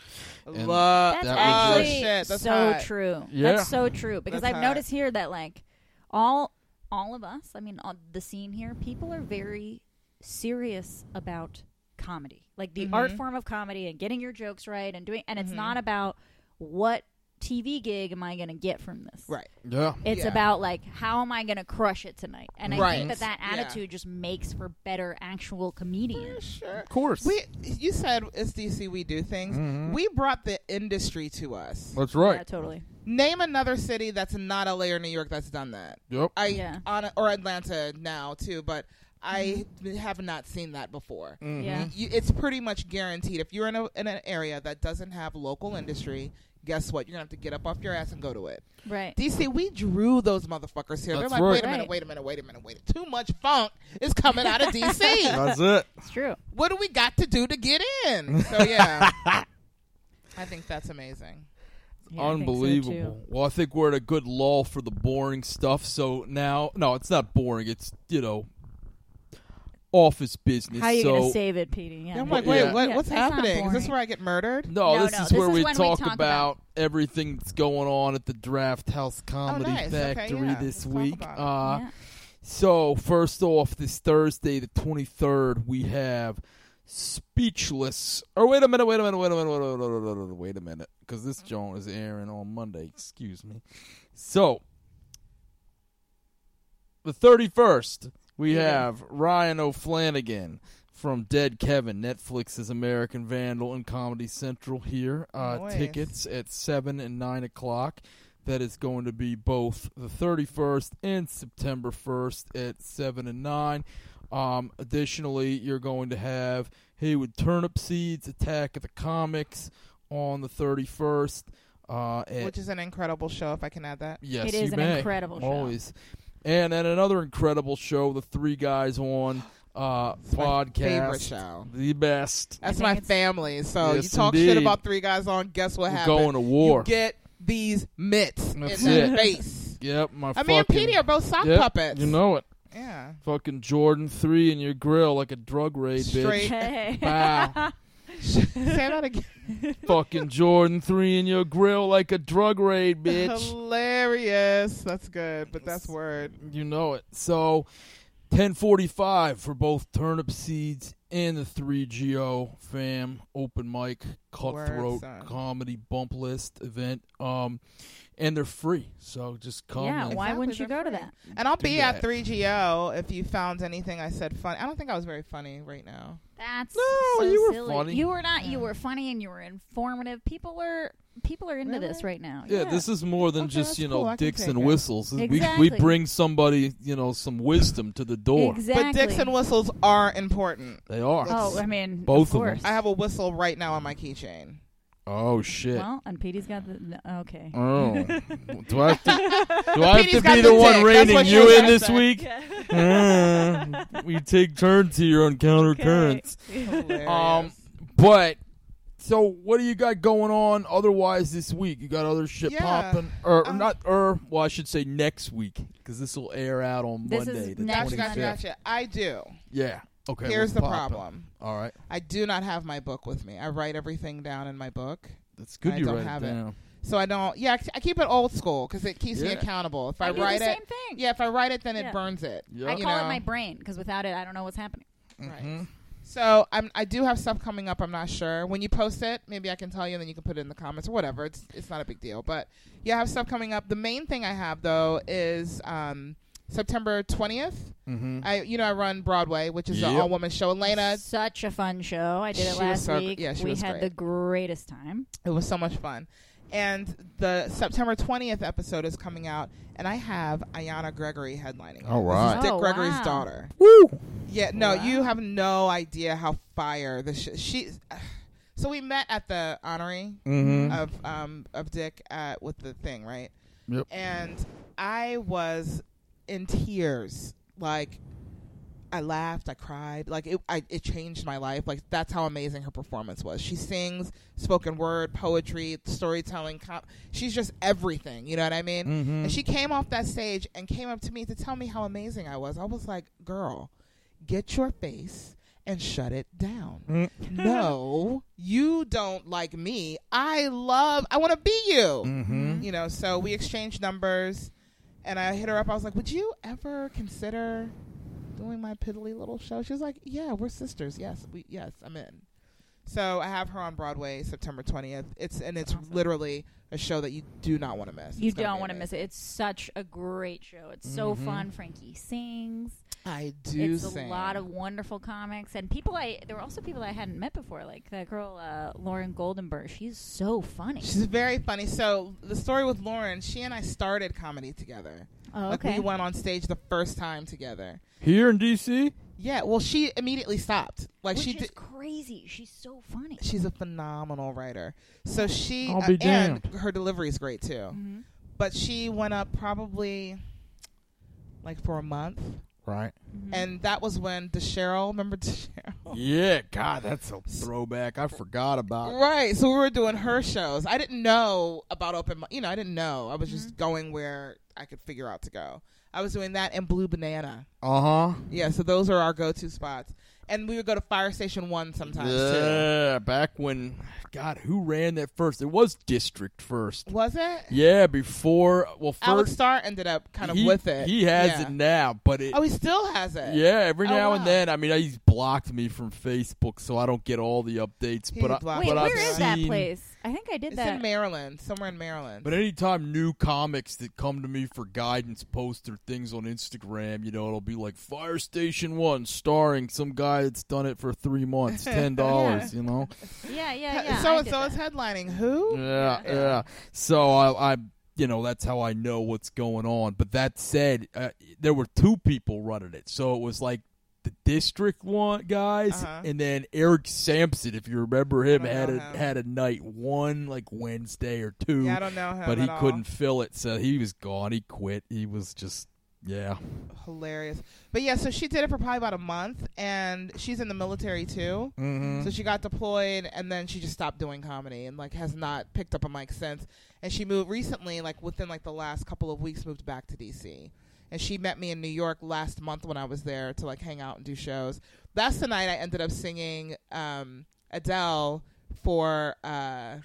[SPEAKER 1] And-
[SPEAKER 2] Love.
[SPEAKER 3] That's
[SPEAKER 1] Uh, That was
[SPEAKER 3] actually
[SPEAKER 2] oh shit. That's
[SPEAKER 3] so
[SPEAKER 2] hot.
[SPEAKER 3] true.
[SPEAKER 1] Yeah.
[SPEAKER 3] That's so true because
[SPEAKER 2] That's
[SPEAKER 3] I've
[SPEAKER 2] hot.
[SPEAKER 3] noticed here that like all all of us, I mean, on the scene here, people are very serious about comedy, like the
[SPEAKER 2] Mm-hmm.
[SPEAKER 3] art form of comedy and getting your jokes right and doing. And it's not about what TV gig am I going to get from this.
[SPEAKER 2] Right.
[SPEAKER 1] Yeah,
[SPEAKER 3] It's
[SPEAKER 2] Yeah.
[SPEAKER 3] about like how am I going to crush it tonight, and I
[SPEAKER 2] Right.
[SPEAKER 3] think that that
[SPEAKER 2] Yeah.
[SPEAKER 3] attitude just makes for better actual comedians.
[SPEAKER 2] Sure.
[SPEAKER 1] of course.
[SPEAKER 2] We you said it's DC we do things.
[SPEAKER 1] Mm-hmm.
[SPEAKER 2] We brought the industry to us.
[SPEAKER 1] That's
[SPEAKER 3] Yeah,
[SPEAKER 1] right.
[SPEAKER 3] totally.
[SPEAKER 2] Name another city that's not LA or New York that's done that.
[SPEAKER 1] Yep.
[SPEAKER 2] I
[SPEAKER 3] Yeah.
[SPEAKER 2] on or Atlanta now too, but I
[SPEAKER 3] Mm-hmm.
[SPEAKER 2] have not seen that before.
[SPEAKER 3] Yeah.
[SPEAKER 2] You, it's pretty much guaranteed. If you're in, a, in an area that doesn't have local industry, guess what? You're gonna have to get up off your ass and go to it.
[SPEAKER 3] Right.
[SPEAKER 2] DC, we drew those motherfuckers here.
[SPEAKER 1] That's
[SPEAKER 2] They're like,
[SPEAKER 1] right.
[SPEAKER 2] wait a minute,
[SPEAKER 3] Right.
[SPEAKER 2] wait a minute, wait a minute, wait. Too much funk is coming out
[SPEAKER 1] [LAUGHS]
[SPEAKER 2] of DC.
[SPEAKER 3] [LAUGHS]
[SPEAKER 1] That's it.
[SPEAKER 3] It's true.
[SPEAKER 2] what do we got to do to get in?
[SPEAKER 1] [LAUGHS]
[SPEAKER 2] So yeah, I think that's amazing.
[SPEAKER 3] Yeah, I think so, too.
[SPEAKER 1] Unbelievable. well, I think we're at a good lull for the boring stuff. So now, no, it's not boring. It's you know, office business.
[SPEAKER 3] How are you
[SPEAKER 1] so
[SPEAKER 3] gonna save it, Petey? Yeah.
[SPEAKER 2] I'm like,
[SPEAKER 1] Yeah.
[SPEAKER 2] wait, what,
[SPEAKER 3] Yeah,
[SPEAKER 2] what's
[SPEAKER 3] it's not
[SPEAKER 2] happening? Is this
[SPEAKER 3] boring.
[SPEAKER 2] where I get murdered?
[SPEAKER 1] No,
[SPEAKER 3] No,
[SPEAKER 1] this
[SPEAKER 3] no,
[SPEAKER 1] is
[SPEAKER 3] this
[SPEAKER 1] where
[SPEAKER 3] is
[SPEAKER 1] we,
[SPEAKER 3] when we
[SPEAKER 1] talk
[SPEAKER 3] talk
[SPEAKER 1] about everything that's going on at the Draft House Comedy
[SPEAKER 2] nice. Okay,
[SPEAKER 1] Factory
[SPEAKER 2] yeah. Let's
[SPEAKER 1] this
[SPEAKER 2] talk
[SPEAKER 1] week.
[SPEAKER 2] about it.
[SPEAKER 1] Uh,
[SPEAKER 3] Yeah.
[SPEAKER 1] So, first off, this Thursday, the 23rd, we have speechless. Or wait a minute, wait a minute, wait a minute, wait a minute, wait a minute, wait a minute, wait a minute, because this joint is airing on Monday. Excuse me. So the thirty first, we have Ryan O'Flanagan from Dead Kevin, Netflix's American Vandal, and Comedy Central here. Uh,
[SPEAKER 2] Nice.
[SPEAKER 1] Tickets at seven and nine o'clock. That is going to be both the 31st and September 1st at 7 and 9. Um, additionally, you're going to have Haywood Turnip Seeds Attack of the Comics on the 31st. Uh, at,
[SPEAKER 2] which is an incredible show. If I can add that,
[SPEAKER 1] yes,
[SPEAKER 3] It is
[SPEAKER 1] you
[SPEAKER 3] an
[SPEAKER 1] may.
[SPEAKER 3] incredible show. [LAUGHS]
[SPEAKER 1] Always. And then another incredible show, the Three Guys on uh,
[SPEAKER 2] It's my favorite
[SPEAKER 1] podcast.
[SPEAKER 2] show.
[SPEAKER 1] The best.
[SPEAKER 2] That's
[SPEAKER 3] think
[SPEAKER 2] my
[SPEAKER 3] it's-
[SPEAKER 2] family. So you
[SPEAKER 1] Yes,
[SPEAKER 2] talk shit
[SPEAKER 1] indeed.
[SPEAKER 2] about three guys on. Guess what
[SPEAKER 1] We're
[SPEAKER 2] happened?
[SPEAKER 1] going to war.
[SPEAKER 2] You get these mitts
[SPEAKER 1] That's
[SPEAKER 2] in the
[SPEAKER 1] it.
[SPEAKER 2] face.
[SPEAKER 1] Yep, my
[SPEAKER 2] I
[SPEAKER 1] fucking.
[SPEAKER 2] mean, and Petey are both sock
[SPEAKER 1] yep,
[SPEAKER 2] puppets.
[SPEAKER 1] You know it.
[SPEAKER 2] yeah.
[SPEAKER 1] Fucking Jordan 3 in your grill like a drug raid, bitch.
[SPEAKER 2] Straight-
[SPEAKER 3] Hey.
[SPEAKER 2] [LAUGHS]
[SPEAKER 1] Wow.
[SPEAKER 2] Say that again.
[SPEAKER 1] Fucking Jordan 3 in your grill like a drug raid,
[SPEAKER 2] [LAUGHS]
[SPEAKER 1] bitch.
[SPEAKER 2] Hilarious. That's good, but that's word.
[SPEAKER 1] You know it. So, 1045 for both Turnip Seeds and the 3GO fam open mic cutthroat
[SPEAKER 2] son.
[SPEAKER 1] comedy bump list event. Um, and they're free, so just come.
[SPEAKER 3] yeah,
[SPEAKER 1] and-
[SPEAKER 3] why
[SPEAKER 2] Exactly,
[SPEAKER 3] wouldn't you
[SPEAKER 2] they're
[SPEAKER 3] go to
[SPEAKER 2] free.
[SPEAKER 3] that?
[SPEAKER 2] And I'll
[SPEAKER 1] Do
[SPEAKER 2] be
[SPEAKER 1] that.
[SPEAKER 2] at 3GO if you found anything I said funny. I don't think I was very funny right now.
[SPEAKER 3] That's
[SPEAKER 1] No,
[SPEAKER 3] so
[SPEAKER 1] you were
[SPEAKER 3] silly.
[SPEAKER 1] funny.
[SPEAKER 3] You were not. You
[SPEAKER 2] Yeah.
[SPEAKER 3] were funny, and you were informative. People are people are into
[SPEAKER 2] Really?
[SPEAKER 3] this right now.
[SPEAKER 1] Yeah, this is more than
[SPEAKER 2] Okay,
[SPEAKER 1] just
[SPEAKER 2] that's
[SPEAKER 1] you know
[SPEAKER 2] cool. I can
[SPEAKER 1] dicks
[SPEAKER 2] take
[SPEAKER 1] and
[SPEAKER 2] it.
[SPEAKER 1] whistles. We we
[SPEAKER 3] Exactly.
[SPEAKER 1] bring somebody you know some wisdom to the door.
[SPEAKER 3] exactly.
[SPEAKER 2] But dicks and whistles are important.
[SPEAKER 1] They are.
[SPEAKER 3] Oh, I mean,
[SPEAKER 1] Both
[SPEAKER 3] of
[SPEAKER 1] of 'em.
[SPEAKER 3] course.
[SPEAKER 2] I have a whistle right now on my keychain.
[SPEAKER 1] Oh shit.
[SPEAKER 3] Well, and Petey's got the no, okay.
[SPEAKER 2] [LAUGHS]
[SPEAKER 1] Oh, do I have to, do I have
[SPEAKER 2] Petey's
[SPEAKER 1] to
[SPEAKER 2] got
[SPEAKER 1] be
[SPEAKER 2] the
[SPEAKER 1] the one
[SPEAKER 2] dick. That's
[SPEAKER 1] reining
[SPEAKER 2] what she
[SPEAKER 1] you
[SPEAKER 2] was
[SPEAKER 1] in this
[SPEAKER 2] after.
[SPEAKER 1] week? [LAUGHS] Uh, we take turns here on counter currents.
[SPEAKER 2] Hilarious.
[SPEAKER 1] Um, But so, what do you got going on otherwise this week? You got other shit
[SPEAKER 2] Yeah.
[SPEAKER 1] popping, or
[SPEAKER 2] Uh,
[SPEAKER 1] not? Or well, I should say next week because this will air out on
[SPEAKER 3] This is
[SPEAKER 1] Monday, the
[SPEAKER 3] next
[SPEAKER 2] gotcha,
[SPEAKER 1] twenty
[SPEAKER 2] gotcha,
[SPEAKER 1] fifth.
[SPEAKER 2] gotcha. I do.
[SPEAKER 1] Yeah. Okay.
[SPEAKER 2] Here's
[SPEAKER 1] what's
[SPEAKER 2] the
[SPEAKER 1] poppin'?
[SPEAKER 2] problem.
[SPEAKER 1] All right,
[SPEAKER 2] I do not have my book with me. I write everything down in my book.
[SPEAKER 1] that's good.
[SPEAKER 2] I
[SPEAKER 1] you
[SPEAKER 2] don't
[SPEAKER 1] write
[SPEAKER 2] have
[SPEAKER 1] it
[SPEAKER 2] it.
[SPEAKER 1] down.
[SPEAKER 2] So I don't. Yeah, I- I keep it old school because it keeps me
[SPEAKER 1] Yeah.
[SPEAKER 2] accountable. If I,
[SPEAKER 3] I do the
[SPEAKER 2] write it,
[SPEAKER 3] same thing.
[SPEAKER 2] yeah, if I write it, then
[SPEAKER 3] Yeah.
[SPEAKER 2] it burns it.
[SPEAKER 1] Yeah.
[SPEAKER 3] I
[SPEAKER 2] you
[SPEAKER 3] call it
[SPEAKER 2] know. Mm-hmm.
[SPEAKER 3] my brain because without it, I don't know what's happening.
[SPEAKER 2] Right.
[SPEAKER 1] Mhm.
[SPEAKER 2] So I'm, I do have stuff coming up. I'm not sure when you post it. Maybe I can tell you, and then you can put it in the comments or whatever. It's it's not a big deal. But yeah, I have stuff coming up. The main thing I have though is um, September 20th.
[SPEAKER 1] Mhm.
[SPEAKER 2] I you know I run Broadway, which is an
[SPEAKER 1] Yep.
[SPEAKER 2] all woman show. Elena,
[SPEAKER 3] Such a fun show. I did
[SPEAKER 2] She
[SPEAKER 3] it
[SPEAKER 2] was
[SPEAKER 3] last
[SPEAKER 2] so-
[SPEAKER 3] week.
[SPEAKER 2] yeah, she
[SPEAKER 3] we
[SPEAKER 2] was
[SPEAKER 3] had
[SPEAKER 2] great.
[SPEAKER 3] the greatest time.
[SPEAKER 2] it was so much fun. And the September 20th episode is coming out, and I have Ayana Gregory headlining. it.
[SPEAKER 1] All
[SPEAKER 2] This
[SPEAKER 1] right.
[SPEAKER 2] is Dick
[SPEAKER 3] Oh,
[SPEAKER 2] Gregory's
[SPEAKER 3] wow.
[SPEAKER 2] daughter.
[SPEAKER 1] Woo.
[SPEAKER 2] Yeah, no,
[SPEAKER 3] Wow.
[SPEAKER 2] you have no idea how fire this sh- she. [SIGHS] So we met at the honorary
[SPEAKER 1] Mhm.
[SPEAKER 2] of um of Dick at with the thing, right?
[SPEAKER 1] Yep.
[SPEAKER 2] And I was in tears. Like I laughed, I cried. Like it I, it changed my life. Like that's how amazing her performance was. She sings spoken word, poetry, storytelling, com- she's just everything, you know what I mean?
[SPEAKER 1] Mhm.
[SPEAKER 2] And she came off that stage and came up to me to tell me how amazing I was. I was like, "Girl, get your face and shut it down."
[SPEAKER 1] Mm.
[SPEAKER 2] no, you don't like me. I love, I want to be you.
[SPEAKER 3] Mm-hmm.
[SPEAKER 1] Mhm.
[SPEAKER 2] You know, so we exchanged numbers and I hit her up. I was like, Would you ever consider doing my piddly little show? She was like, Yeah, we're sisters. Yes, we, yes, I'm in. So I have her on Broadway September 20th. It's, and it's
[SPEAKER 3] Awesome.
[SPEAKER 2] literally a show that you do not want to miss.
[SPEAKER 3] You don't want to miss it. It's such a great show. It's so
[SPEAKER 1] Mhm.
[SPEAKER 3] fun. Frankie sings.
[SPEAKER 2] I Mm-hmm. do
[SPEAKER 3] it's
[SPEAKER 2] sing.
[SPEAKER 3] a lot of wonderful comics and people. I there were also people I hadn't met before, like that girl uh, Lauren Goldenberg. She's so funny.
[SPEAKER 2] She's very funny. So the story with Lauren, she and I started comedy together.
[SPEAKER 3] oh,
[SPEAKER 2] Like
[SPEAKER 3] okay.
[SPEAKER 2] we went on stage the first time together.
[SPEAKER 1] Here in DC.
[SPEAKER 2] Yeah, well, she immediately stopped. Like
[SPEAKER 3] Which
[SPEAKER 2] she
[SPEAKER 3] is
[SPEAKER 2] did.
[SPEAKER 3] crazy. She's so funny.
[SPEAKER 2] She's a phenomenal writer. So she
[SPEAKER 1] I'll be
[SPEAKER 2] uh, and
[SPEAKER 1] damned.
[SPEAKER 2] her delivery is great too.
[SPEAKER 3] Mhm.
[SPEAKER 2] But she went up probably like for a month,
[SPEAKER 1] Right.
[SPEAKER 3] Mhm.
[SPEAKER 2] and that was when DeCheryl.
[SPEAKER 1] [LAUGHS]
[SPEAKER 2] Remember DeCheryl?
[SPEAKER 1] Yeah, God, that's a throwback. I forgot about.
[SPEAKER 2] Uh, Right. So we were doing her shows. I didn't know about open. mi- You know, I didn't know. I was just going where I could figure out to go. I was doing that and Blue Banana.
[SPEAKER 1] Uh huh.
[SPEAKER 2] Yeah. So those are our go-to spots. and we would go to Fire Station One sometimes too.
[SPEAKER 1] Yeah, back when, God, who ran that first? It was District first.
[SPEAKER 2] Was it?
[SPEAKER 1] Yeah, before. Well, first
[SPEAKER 2] Alex Starr ended up kind of
[SPEAKER 1] he,
[SPEAKER 2] with it.
[SPEAKER 1] He has
[SPEAKER 2] Yeah.
[SPEAKER 1] it now, but it.
[SPEAKER 2] Oh, he still has it.
[SPEAKER 1] yeah, every
[SPEAKER 2] Oh,
[SPEAKER 1] now
[SPEAKER 2] wow.
[SPEAKER 1] and then. I mean, he's blocked me from Facebook, so I don't get all the updates.
[SPEAKER 2] He
[SPEAKER 1] but I,
[SPEAKER 2] blocked
[SPEAKER 1] but
[SPEAKER 3] Wait, where
[SPEAKER 1] I've
[SPEAKER 3] is
[SPEAKER 1] seen,
[SPEAKER 3] that place? I think I did
[SPEAKER 2] It's
[SPEAKER 3] that.
[SPEAKER 2] in Maryland, somewhere in Maryland.
[SPEAKER 1] But anytime new comics that come to me for guidance post their things on Instagram, you know, it'll be like Fire Station One starring some guy that's done it for three
[SPEAKER 2] [LAUGHS]
[SPEAKER 1] months, ten dollars, you know.
[SPEAKER 3] yeah, yeah, yeah.
[SPEAKER 2] so
[SPEAKER 3] I
[SPEAKER 2] and
[SPEAKER 3] did
[SPEAKER 2] so
[SPEAKER 3] that.
[SPEAKER 2] is headlining. Who?
[SPEAKER 1] Yeah,
[SPEAKER 2] [LAUGHS] Yeah.
[SPEAKER 1] yeah. So I, I, you know, that's how I know what's going on. But that said, uh, there were two people running it, so it was like the district one guys,
[SPEAKER 2] Uh-huh.
[SPEAKER 1] and then Eric Sampson, if you remember him,
[SPEAKER 2] I don't
[SPEAKER 1] had
[SPEAKER 2] know
[SPEAKER 1] a
[SPEAKER 2] him.
[SPEAKER 1] had a night one like Wednesday or two,
[SPEAKER 2] Yeah, I don't know him.
[SPEAKER 1] but
[SPEAKER 2] at
[SPEAKER 1] he
[SPEAKER 2] all.
[SPEAKER 1] couldn't fill it, so he was gone. He quit. He was just yeah.
[SPEAKER 2] Hilarious. But yeah, so she did it for probably about a month, and she's in the military too.
[SPEAKER 1] Mm-hmm.
[SPEAKER 2] So she got deployed, and then she just stopped doing comedy, and like has not picked up a mic since. And she moved recently, like within like the last couple of weeks, moved back to DC. And she met me in New York last month when I was there to like hang out and do shows. That's the night I ended up singing um, Adele for uh,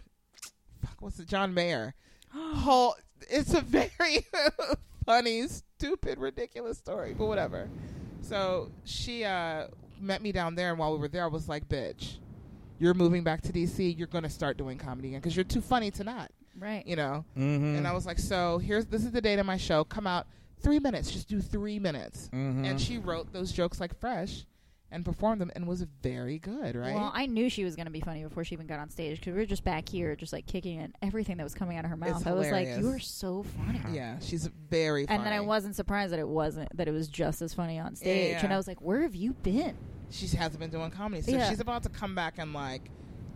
[SPEAKER 2] fuck, what's it? John Mayer. Whole, it's a very [LAUGHS] funny, stupid, ridiculous story, but whatever. So she uh, met me down there, and while we were there, I was like, "Bitch, you're moving back to DC. You're gonna start doing comedy again because you're too funny to not,
[SPEAKER 3] Right.
[SPEAKER 2] you know."
[SPEAKER 1] Mm-hmm.
[SPEAKER 2] And I was like, "So here's this is the date of my show. Come out three minutes. Just do three minutes."
[SPEAKER 1] mm-hmm.
[SPEAKER 2] And she wrote those jokes like fresh, and performed them, and was very good. Right?
[SPEAKER 3] Well, I knew she was going to be funny before she even got on stage because we were just back here, just like kicking at everything that was coming out of her mouth. I was like, "You
[SPEAKER 2] hilarious.
[SPEAKER 3] are so funny."
[SPEAKER 2] yeah, she's very. Funny.
[SPEAKER 3] And then I wasn't surprised that it wasn't that it was just as funny on stage.
[SPEAKER 2] Yeah.
[SPEAKER 3] And I was like, "Where have you been?"
[SPEAKER 2] she hasn't been doing comedy, so
[SPEAKER 3] Yeah.
[SPEAKER 2] she's about to come back and like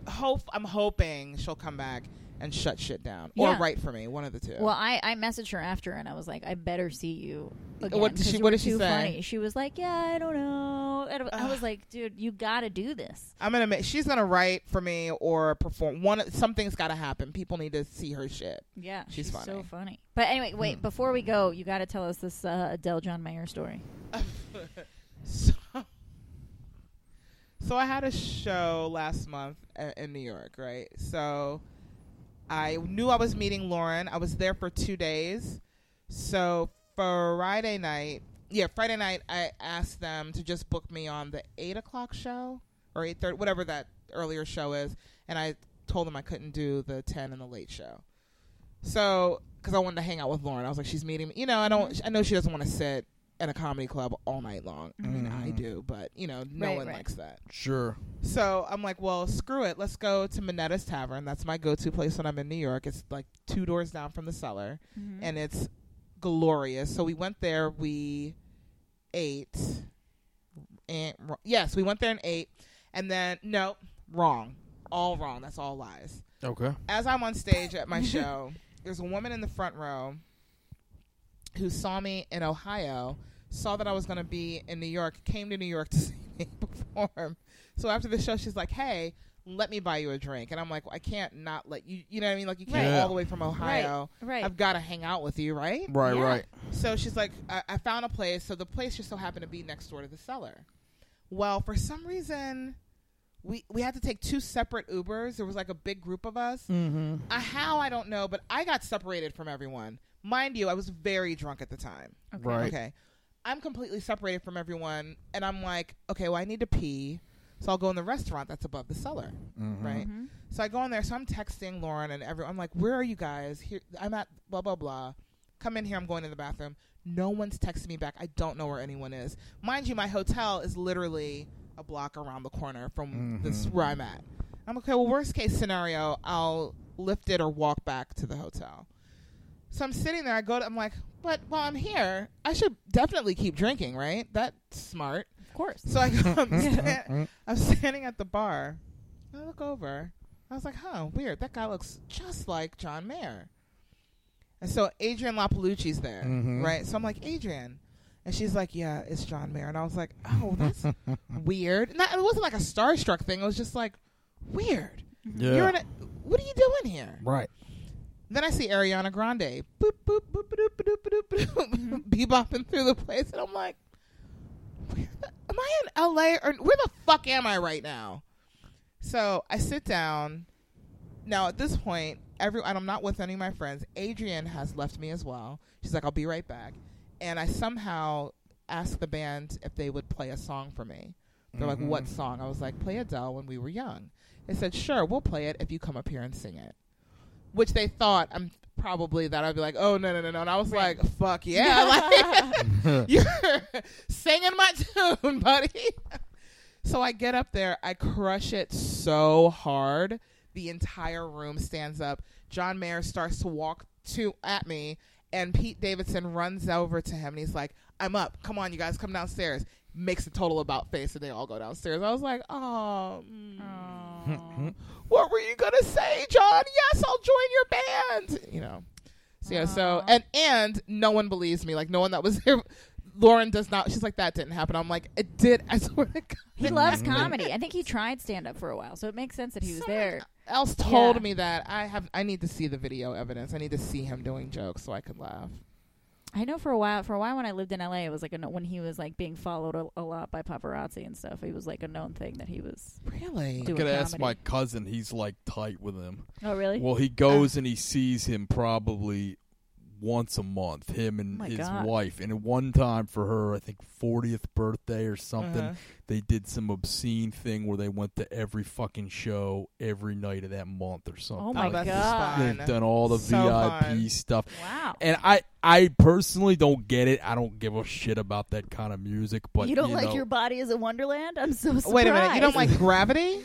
[SPEAKER 2] hope. I'm hoping she'll come back and shut shit down or
[SPEAKER 3] Yeah.
[SPEAKER 2] write for me, one of the two.
[SPEAKER 3] Well, I, I messaged her after and I was like, "I better see you." Again,
[SPEAKER 2] What did she-
[SPEAKER 3] 'cause
[SPEAKER 2] what
[SPEAKER 3] you were
[SPEAKER 2] did she
[SPEAKER 3] too
[SPEAKER 2] say?
[SPEAKER 3] Funny. She was like, "Yeah, I don't know." And I was like, "Dude, you got to do this."
[SPEAKER 2] I'm gonna make. She's gonna write for me or perform. One something's got to happen. People need to see her shit.
[SPEAKER 3] Yeah,
[SPEAKER 2] She's
[SPEAKER 3] so
[SPEAKER 2] funny. Hmm.
[SPEAKER 3] funny. But anyway, wait before we go, you got to tell us this uh, Adele John Mayer story.
[SPEAKER 2] [LAUGHS] So, so I had a show last month a- in New York, right? So I knew I was meeting Lauren. I was there for two days. So Friday night, yeah, Friday night, I asked them to just book me on the eight o'clock show or eight thirty, whatever that earlier show is, and I told them I couldn't do the ten and the late show. So because I wanted to hang out with Lauren, I was like, she's meeting me. You know, I don't. I know she doesn't want to sit in a comedy club all night long. I mean, I do, but you know, no
[SPEAKER 3] Right,
[SPEAKER 2] one
[SPEAKER 3] right.
[SPEAKER 2] likes that.
[SPEAKER 1] sure.
[SPEAKER 2] So I'm like, well, screw it. Let's go to Minetta's Tavern. That's my go-to place when I'm in New York. It's like two doors down from the cellar,
[SPEAKER 3] Mm-hmm.
[SPEAKER 2] and it's glorious. So we went there. We ate. And ro- yes, we went there and ate, and then no, wrong, all wrong. That's all lies
[SPEAKER 1] Okay.
[SPEAKER 2] as I'm on stage at my show, there's a woman in the front row who saw me in Ohio, saw that I was going to be in New York, came to New York to [LAUGHS] see me perform. So after the show, she's like, "Hey, let me buy you a drink," and I'm like, "I can't not let you." You know what I mean? Like you came
[SPEAKER 1] Right.
[SPEAKER 2] all the way from Ohio.
[SPEAKER 3] Right.
[SPEAKER 2] I've got to hang out with you, right?
[SPEAKER 1] Right.
[SPEAKER 3] Yeah.
[SPEAKER 1] Right.
[SPEAKER 2] So she's like, I, I found a place. So the place just so happened to be next door to the cellar. Well, for some reason, we we had to take two separate Ubers. There was like a big group of us.
[SPEAKER 1] Mm-hmm.
[SPEAKER 2] Uh, how I don't know, but I got separated from everyone. Mind you, I was very drunk at the time.
[SPEAKER 1] Right.
[SPEAKER 2] Okay. I'm completely separated from everyone, and I'm like, okay, well, I need to pee, so I'll go in the restaurant that's above the cellar,
[SPEAKER 1] Mm-hmm. [LAUGHS]
[SPEAKER 2] right?
[SPEAKER 3] Mhm.
[SPEAKER 2] So I go in there, so I'm texting Lauren and everyone. I'm like, where are you guys? Here, I'm at blah blah blah. Come in here. I'm going to the bathroom. No one's texting me back. I don't know where anyone is. Mind you, my hotel is literally a block around the corner from this where I'm at. I'm okay. Well, worst case scenario, I'll lift it or walk back to the hotel. So I'm sitting there. I go to. I'm like, but while I'm here, I should definitely keep drinking, right? That's smart. [LAUGHS]
[SPEAKER 3] Of course.
[SPEAKER 2] So I go,
[SPEAKER 1] Mm-hmm. [LAUGHS]
[SPEAKER 2] I'm, sta- I'm standing at the bar. I look over. I was like, huh, weird. That guy looks just like John Mayer. And so Adrian LaPalucci's there,
[SPEAKER 1] Mhm.
[SPEAKER 2] right? So I'm like, Adrian. And she's like, yeah, it's John Mayer. And I was like, oh, that's weird. Not, it wasn't like a starstruck thing. It was just like, weird.
[SPEAKER 1] Yeah.
[SPEAKER 2] You're in a, what are you doing here? [LAUGHS]
[SPEAKER 1] right.
[SPEAKER 2] Then I see Ariana Grande boop boop boop boop boop boop boop boop bebopping through the place, and I'm like, where the, am I in LA or where the fuck am I right now? So I sit down. Now at this point, every and I'm not with any of my friends. Adrian has left me as well. She's like, I'll be right back. And I somehow asked the band if they would play a song for me. They're
[SPEAKER 1] Mhm.
[SPEAKER 2] like, What song? I was like, Play Adele when we were young. They said, Sure, we'll play it if you come up here and sing it. Which they thought I'm probably that I'd be like, Oh no no no no and I was
[SPEAKER 3] Right.
[SPEAKER 2] like, Fuck yeah.
[SPEAKER 1] [LAUGHS]
[SPEAKER 2] Like you're [LAUGHS] singing my tune, buddy. So I get up there, I crush it so hard, the entire room stands up. John Mayer starts to walk to at me, and Pete Davidson runs over to him and he's like, "I'm up. Come on, you guys, come downstairs." Makes a total about face, and they all go downstairs. I was like, "Oh, mm,
[SPEAKER 3] Aw.
[SPEAKER 2] what were you gonna say, John? Yes, I'll join your band." You know. So yeah, so
[SPEAKER 3] Aw.
[SPEAKER 2] and and no one believes me. Like no one that was [LAUGHS] there. Lauren does not. She's like that didn't happen. I'm like it did. I [LAUGHS] swear to God.
[SPEAKER 3] he loves comedy. I think he tried stand up for a while, so it makes sense [LAUGHS] that he was
[SPEAKER 2] Someone
[SPEAKER 3] there.
[SPEAKER 2] Else told
[SPEAKER 3] Yeah.
[SPEAKER 2] me that I have. I need to see the video evidence. I need to see him doing jokes so I could laugh.
[SPEAKER 3] I know for a while. For a while, when I lived in LA, it was like a, kno- when he was like being followed a, a lot by paparazzi and stuff. It was like a known thing that he was
[SPEAKER 2] Really?
[SPEAKER 1] I'm
[SPEAKER 3] doing.
[SPEAKER 1] gonna
[SPEAKER 3] comedy.
[SPEAKER 1] ask my cousin. He's like tight with him.
[SPEAKER 3] Oh really?
[SPEAKER 1] Well, he goes and he sees him probably once a month. Him and
[SPEAKER 2] Oh
[SPEAKER 3] my
[SPEAKER 1] his
[SPEAKER 3] God.
[SPEAKER 1] wife. And at one time for her, I think 40th birthday or something,
[SPEAKER 2] Uh-huh.
[SPEAKER 3] Mm-hmm.
[SPEAKER 1] they did some obscene thing where they went to every fucking show every night of that month or something.
[SPEAKER 3] my
[SPEAKER 2] oh, that's
[SPEAKER 3] God.
[SPEAKER 2] fun.
[SPEAKER 1] They've done all the
[SPEAKER 2] So
[SPEAKER 1] VIP
[SPEAKER 2] fun.
[SPEAKER 1] stuff.
[SPEAKER 3] wow.
[SPEAKER 1] And I, I personally don't get it. I don't give a shit about that kind of music. But
[SPEAKER 3] you don't like
[SPEAKER 1] know,
[SPEAKER 3] your body as a wonderland? I'm so surprised.
[SPEAKER 2] Wait a minute. You don't like [LAUGHS] Gravity?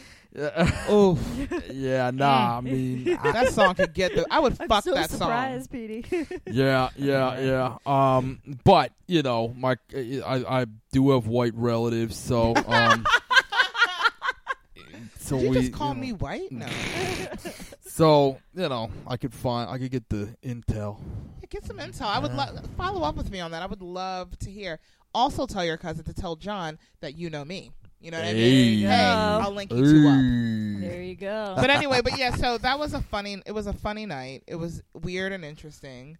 [SPEAKER 1] Oof. [LAUGHS]
[SPEAKER 3] [LAUGHS]
[SPEAKER 1] yeah, nah. I mean, I-
[SPEAKER 2] That song could get the. I would
[SPEAKER 3] I'm
[SPEAKER 2] fuck
[SPEAKER 3] so
[SPEAKER 2] that
[SPEAKER 3] surprised, Petey.
[SPEAKER 1] yeah, yeah, yeah. Um, but you know, my I, I do have white relatives, so
[SPEAKER 2] [LAUGHS]
[SPEAKER 1] um, so
[SPEAKER 2] song. Did you
[SPEAKER 1] we
[SPEAKER 2] just call
[SPEAKER 1] you know,
[SPEAKER 2] me white? No.
[SPEAKER 1] So you know, I could find, I could get the intel.
[SPEAKER 2] Yeah, get some intel. I would lo- follow up with me on that. I would love to hear. Also, tell your cousin to tell John that you know me. You know what I mean?
[SPEAKER 1] Hey.
[SPEAKER 2] Hey, I'll link you two up.
[SPEAKER 3] [LAUGHS] there you [LAUGHS] go.
[SPEAKER 2] but anyway, but yeah, so that was a funny. It was a funny night. It was weird and interesting.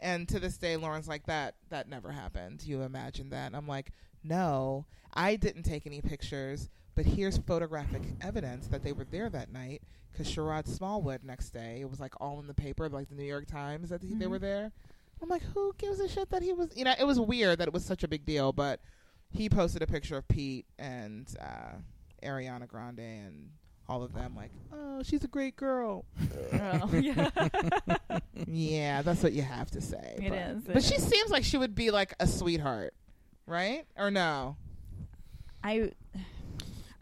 [SPEAKER 2] And to this day, Lauren's like that. That never happened. You imagined that? And I'm like, no, I didn't take any pictures. But here's photographic evidence that they were there that night. Because Sherrod Smallwood next day, it was like all in the paper, like the New York Times that he, they
[SPEAKER 3] Mhm.
[SPEAKER 2] were there. I'm like, who gives a shit that he was? You know, it was weird that it was such a big deal. But he posted a picture of Pete and uh, Ariana Grande and all of them. Like, oh, she's a great
[SPEAKER 3] [LAUGHS]
[SPEAKER 2] girl.
[SPEAKER 1] [LAUGHS]
[SPEAKER 3] Oh, yeah.
[SPEAKER 2] yeah, that's what you have to say.
[SPEAKER 3] It
[SPEAKER 2] but,
[SPEAKER 3] is, it
[SPEAKER 2] but she
[SPEAKER 3] is.
[SPEAKER 2] seems like she would be like a sweetheart, right? Or no?
[SPEAKER 3] [LAUGHS] I.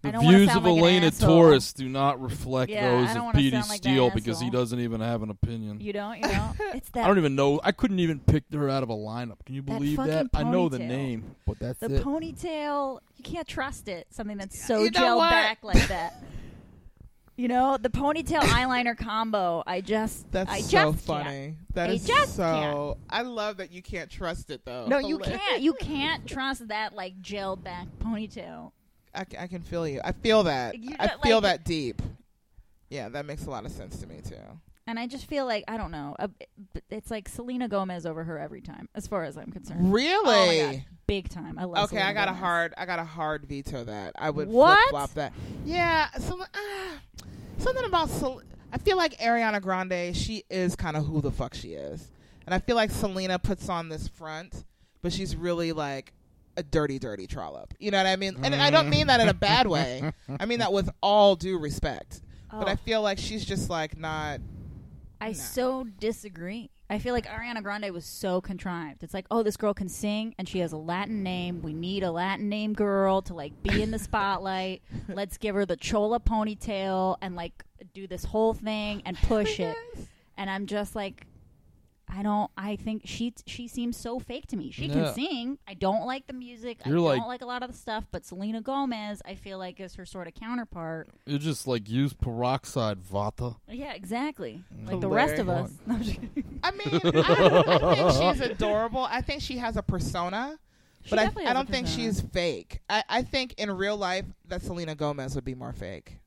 [SPEAKER 3] I
[SPEAKER 1] The
[SPEAKER 3] don't wanna
[SPEAKER 1] views
[SPEAKER 3] sound
[SPEAKER 1] of
[SPEAKER 3] like an
[SPEAKER 1] Elena
[SPEAKER 3] asshole.
[SPEAKER 1] Torres do not reflect
[SPEAKER 3] Yeah, I
[SPEAKER 1] those
[SPEAKER 3] don't
[SPEAKER 1] of
[SPEAKER 3] wanna
[SPEAKER 1] Petey
[SPEAKER 3] sound like that
[SPEAKER 1] Steele because he
[SPEAKER 3] asshole.
[SPEAKER 1] doesn't even have an opinion.
[SPEAKER 3] You don't. You [LAUGHS] don't. It's that.
[SPEAKER 1] I don't even know. I couldn't even pick her out of a lineup. Can you
[SPEAKER 3] That
[SPEAKER 1] believe that?
[SPEAKER 3] fucking
[SPEAKER 1] I know the
[SPEAKER 3] ponytail.
[SPEAKER 1] name, but that's
[SPEAKER 3] the
[SPEAKER 1] it.
[SPEAKER 3] ponytail. You can't trust it. Something that's so
[SPEAKER 2] You know
[SPEAKER 3] gelled
[SPEAKER 2] what?
[SPEAKER 3] back like that. You know
[SPEAKER 2] [LAUGHS]
[SPEAKER 3] the ponytail eyeliner combo. I just.
[SPEAKER 2] That's
[SPEAKER 3] I
[SPEAKER 2] so
[SPEAKER 3] just can't.
[SPEAKER 2] funny. That
[SPEAKER 3] I
[SPEAKER 2] is
[SPEAKER 3] just
[SPEAKER 2] so. I love that you can't trust it though.
[SPEAKER 3] No, you
[SPEAKER 2] Hilarious. [LAUGHS]
[SPEAKER 3] can't. You can't trust that like gelled back ponytail.
[SPEAKER 2] I, c- I can feel you. I feel that.
[SPEAKER 3] You
[SPEAKER 2] I
[SPEAKER 3] don't
[SPEAKER 2] feel
[SPEAKER 3] like-
[SPEAKER 2] that deep. Yeah, that makes a lot of sense to me too.
[SPEAKER 3] And I just feel like I don't know. uh, b- It's like Selena Gomez over her every time, as far as I'm concerned.
[SPEAKER 2] Really?
[SPEAKER 3] Oh my God. Big time. I love.
[SPEAKER 2] Okay, I
[SPEAKER 3] Selena
[SPEAKER 2] got a
[SPEAKER 3] Gomez.
[SPEAKER 2] hard, I got a hard veto that I would flip
[SPEAKER 3] What?
[SPEAKER 2] flop that. Yeah, some, ah, something about. Sel- I feel like Ariana Grande. She is kind of who the fuck she is, and I feel like Selena puts on this front, but she's really like a dirty, dirty trollop. You know what I mean? And I don't mean that in a
[SPEAKER 1] [LAUGHS]
[SPEAKER 2] bad way. I
[SPEAKER 3] [LAUGHS]
[SPEAKER 2] mean that with all due respect. But
[SPEAKER 3] Oh.
[SPEAKER 2] I feel like she's just like not.
[SPEAKER 3] I
[SPEAKER 2] No.
[SPEAKER 3] so disagree. I feel like Ariana Grande was so contrived. It's like, oh, this girl can sing and she has a Latin name. We need a Latin name girl to like be in
[SPEAKER 2] [LAUGHS]
[SPEAKER 3] the spotlight. Let's give her the chola ponytail and like do this whole thing
[SPEAKER 2] [LAUGHS]
[SPEAKER 3] and push it. And I'm just like I don't I think she she seems so fake to me. She
[SPEAKER 1] Yeah.
[SPEAKER 3] can sing. I don't like the music.
[SPEAKER 1] You're
[SPEAKER 3] I
[SPEAKER 1] like-
[SPEAKER 3] don't like a lot of the stuff, but Selena Gomez I feel like is her sort of counterpart.
[SPEAKER 1] You're just like use peroxide vata.
[SPEAKER 3] Yeah, exactly.
[SPEAKER 2] Mm.
[SPEAKER 3] Like the rest of us. No, [LAUGHS] I'm just kidding.
[SPEAKER 2] I mean, I, I think she's adorable. I think she has a persona.
[SPEAKER 3] She
[SPEAKER 2] but I,
[SPEAKER 3] definitely
[SPEAKER 2] I
[SPEAKER 3] has a
[SPEAKER 2] don't think
[SPEAKER 3] persona.
[SPEAKER 2] she's fake. I, I think in real life that Selena Gomez would be more fake.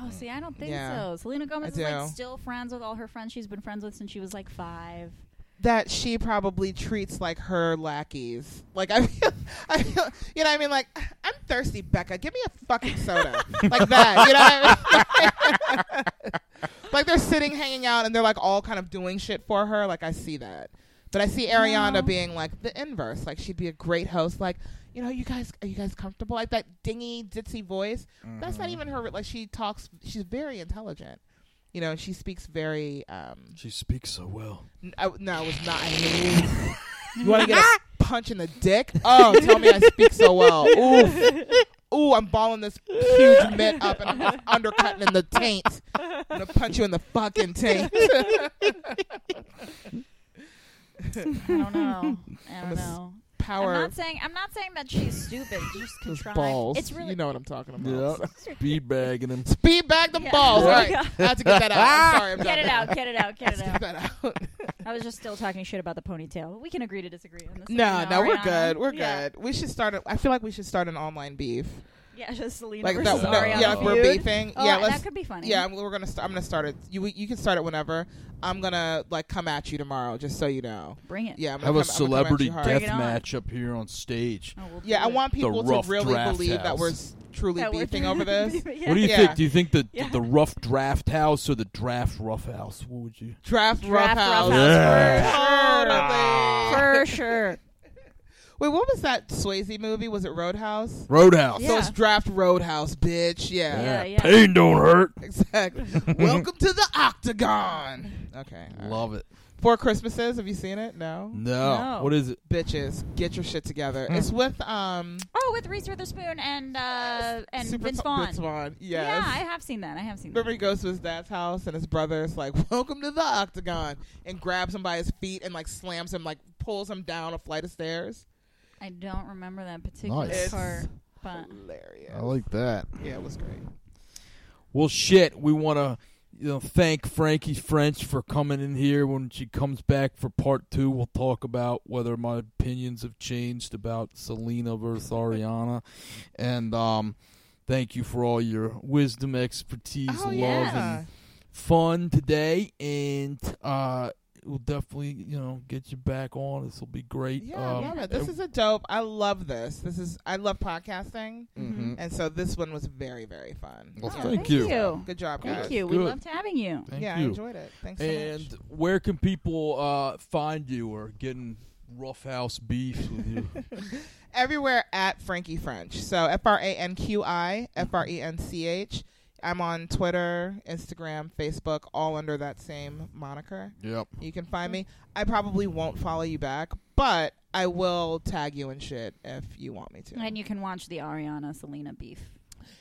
[SPEAKER 3] Oh, see, I don't think
[SPEAKER 2] Yeah.
[SPEAKER 3] so. Selena Gomez is
[SPEAKER 2] do.
[SPEAKER 3] like still friends with all her friends she's been friends with since she was like five.
[SPEAKER 2] That she [LAUGHS] probably treats like her lackeys. Like I feel, I feel, you know, what I mean, like I'm thirsty, Becca. Give me a fucking
[SPEAKER 3] [LAUGHS]
[SPEAKER 2] soda. like that. You know what I mean? [LAUGHS] like they're sitting hanging out and they're like all kind of doing shit for her. Like I see that. But I see Ariana
[SPEAKER 3] No.
[SPEAKER 2] being like the inverse. Like she'd be a great host. Like, you know, you guys are you guys comfortable? Like that dingy, ditzy voice. That's
[SPEAKER 3] Mm-hmm.
[SPEAKER 2] not even her like she talks she's very intelligent. You know, and she speaks very um
[SPEAKER 4] She speaks so well.
[SPEAKER 3] [LAUGHS]
[SPEAKER 2] N- I, no, it was not. I hated it. You want to get
[SPEAKER 3] [LAUGHS]
[SPEAKER 2] a punch in the dick? Oh, tell me I speak so well. Ooh, ooh, I'm balling this huge mitt up and I'm undercutting in the taint. I'm gonna punch you in the fucking taint.
[SPEAKER 3] I
[SPEAKER 2] [LAUGHS]
[SPEAKER 3] don't know. I
[SPEAKER 2] I'm a s-
[SPEAKER 3] don't know.
[SPEAKER 2] Power
[SPEAKER 3] I'm not saying I'm not saying that she's stupid. Just
[SPEAKER 2] [LAUGHS] those
[SPEAKER 3] contrived.
[SPEAKER 2] balls.
[SPEAKER 3] It's really
[SPEAKER 2] you
[SPEAKER 3] [LAUGHS]
[SPEAKER 2] know what I'm talking about.
[SPEAKER 4] Speed bagging him.
[SPEAKER 2] Speed bag them
[SPEAKER 3] Yeah.
[SPEAKER 2] balls. All
[SPEAKER 3] Yeah. [LAUGHS]
[SPEAKER 2] right, I had to get that out. I'm sorry. I'm
[SPEAKER 3] get
[SPEAKER 2] done
[SPEAKER 3] it
[SPEAKER 2] now.
[SPEAKER 3] out, get it out, get
[SPEAKER 2] Let's
[SPEAKER 3] it
[SPEAKER 2] [LAUGHS] get
[SPEAKER 3] out.
[SPEAKER 2] that out.
[SPEAKER 3] I was just still talking shit about the ponytail. We can agree to disagree on this.
[SPEAKER 2] No,
[SPEAKER 3] one,
[SPEAKER 2] no, we're
[SPEAKER 3] Ariana.
[SPEAKER 2] good. We're
[SPEAKER 3] Yeah.
[SPEAKER 2] good. We should start. A, I feel like we should start an online beef.
[SPEAKER 3] Yeah, just Selena
[SPEAKER 2] Like
[SPEAKER 3] versus
[SPEAKER 2] no, no,
[SPEAKER 3] Ariana
[SPEAKER 2] yeah, if we're
[SPEAKER 3] feud.
[SPEAKER 2] beefing.
[SPEAKER 3] Oh,
[SPEAKER 2] yeah,
[SPEAKER 3] that-
[SPEAKER 2] let's
[SPEAKER 3] that could be funny.
[SPEAKER 2] Yeah, I'm, we're gonna. St- I'm gonna start it. You you can start it whenever. I'm gonna like come at you tomorrow, just so you know.
[SPEAKER 3] bring it.
[SPEAKER 2] Yeah, I'm gonna
[SPEAKER 1] Have a
[SPEAKER 2] come- I'm gonna come at
[SPEAKER 1] celebrity
[SPEAKER 2] you hard.
[SPEAKER 1] death
[SPEAKER 3] Bring it on.
[SPEAKER 1] match up here on stage.
[SPEAKER 3] Oh, we'll
[SPEAKER 2] Yeah,
[SPEAKER 3] do
[SPEAKER 2] I
[SPEAKER 3] it.
[SPEAKER 2] want people to
[SPEAKER 1] rough
[SPEAKER 2] really
[SPEAKER 1] draft
[SPEAKER 2] believe that
[SPEAKER 1] house.
[SPEAKER 2] we're s- truly
[SPEAKER 3] That we're
[SPEAKER 2] beefing
[SPEAKER 3] doing-
[SPEAKER 2] over this.
[SPEAKER 3] [LAUGHS] Yeah.
[SPEAKER 1] What do you
[SPEAKER 2] Yeah.
[SPEAKER 1] think? Do you think the
[SPEAKER 3] Yeah.
[SPEAKER 1] the rough draft house or the draft rough house? What would you?
[SPEAKER 2] Draft,
[SPEAKER 3] Draft
[SPEAKER 2] roughhouse.
[SPEAKER 3] roughhouse.
[SPEAKER 2] [LAUGHS] Totally.
[SPEAKER 3] For sure.
[SPEAKER 2] Wait, what was that Swayze movie? Was it Roadhouse?
[SPEAKER 1] Roadhouse.
[SPEAKER 2] So
[SPEAKER 3] Yeah.
[SPEAKER 2] it's Draft Roadhouse, bitch. Yeah.
[SPEAKER 3] Yeah, yeah.
[SPEAKER 1] Pain don't hurt. [LAUGHS]
[SPEAKER 2] Exactly. Welcome to the Octagon. Okay. all right.
[SPEAKER 1] Love it.
[SPEAKER 2] Four Christmases. Have you seen it? No.
[SPEAKER 1] No.
[SPEAKER 3] No.
[SPEAKER 1] What is it?
[SPEAKER 2] Bitches, get your shit together.
[SPEAKER 1] Mm.
[SPEAKER 2] It's with um
[SPEAKER 3] Oh, with Reese Witherspoon and uh, and
[SPEAKER 2] Super
[SPEAKER 3] Vince
[SPEAKER 2] Fu-
[SPEAKER 3] Vaughn.
[SPEAKER 2] Vince Vaughn. Yes.
[SPEAKER 3] Yeah, I have seen that. I have seen
[SPEAKER 2] Remember
[SPEAKER 3] that.
[SPEAKER 2] he goes to his dad's house and his brother's like, Welcome to the octagon and grabs him by his feet and like slams him, like pulls him down a flight of stairs.
[SPEAKER 3] I don't remember that particular
[SPEAKER 4] Nice.
[SPEAKER 3] part, but
[SPEAKER 2] Hilarious.
[SPEAKER 4] I like that.
[SPEAKER 2] yeah, it was great.
[SPEAKER 1] Well, shit. We want to you know thank Frankie French for coming in here. When she comes back for part two, we'll talk about whether my opinions have changed about Selena versus Ariana, and um, thank you for all your wisdom, expertise,
[SPEAKER 2] Oh
[SPEAKER 1] love,
[SPEAKER 2] yeah.
[SPEAKER 1] and fun today. And uh, we'll definitely you know get you back on. This will be great.
[SPEAKER 2] yeah, I
[SPEAKER 1] Um,
[SPEAKER 2] love it. This is a dope. I love this. This is I love podcasting.
[SPEAKER 1] mhm.
[SPEAKER 2] And so this one was very, very fun.
[SPEAKER 1] Well,
[SPEAKER 2] Yeah.
[SPEAKER 1] thank you.
[SPEAKER 2] Good job, guys.
[SPEAKER 3] oh, Thank you. We
[SPEAKER 1] Good.
[SPEAKER 3] loved having you.
[SPEAKER 1] Thank
[SPEAKER 2] yeah,
[SPEAKER 1] you.
[SPEAKER 2] I enjoyed it. Thanks so
[SPEAKER 1] And
[SPEAKER 2] much.
[SPEAKER 1] where can people uh, find you or getting roughhouse beef with you?
[SPEAKER 2] Everywhere at Frankie French. So F R A N Q I F R E N C H. I'm on Twitter, Instagram, Facebook, all under that same moniker.
[SPEAKER 1] yep.
[SPEAKER 2] You can find me. I probably won't follow you back, but I will tag you and shit if you want me to.
[SPEAKER 3] And you can watch the Ariana Selena beef.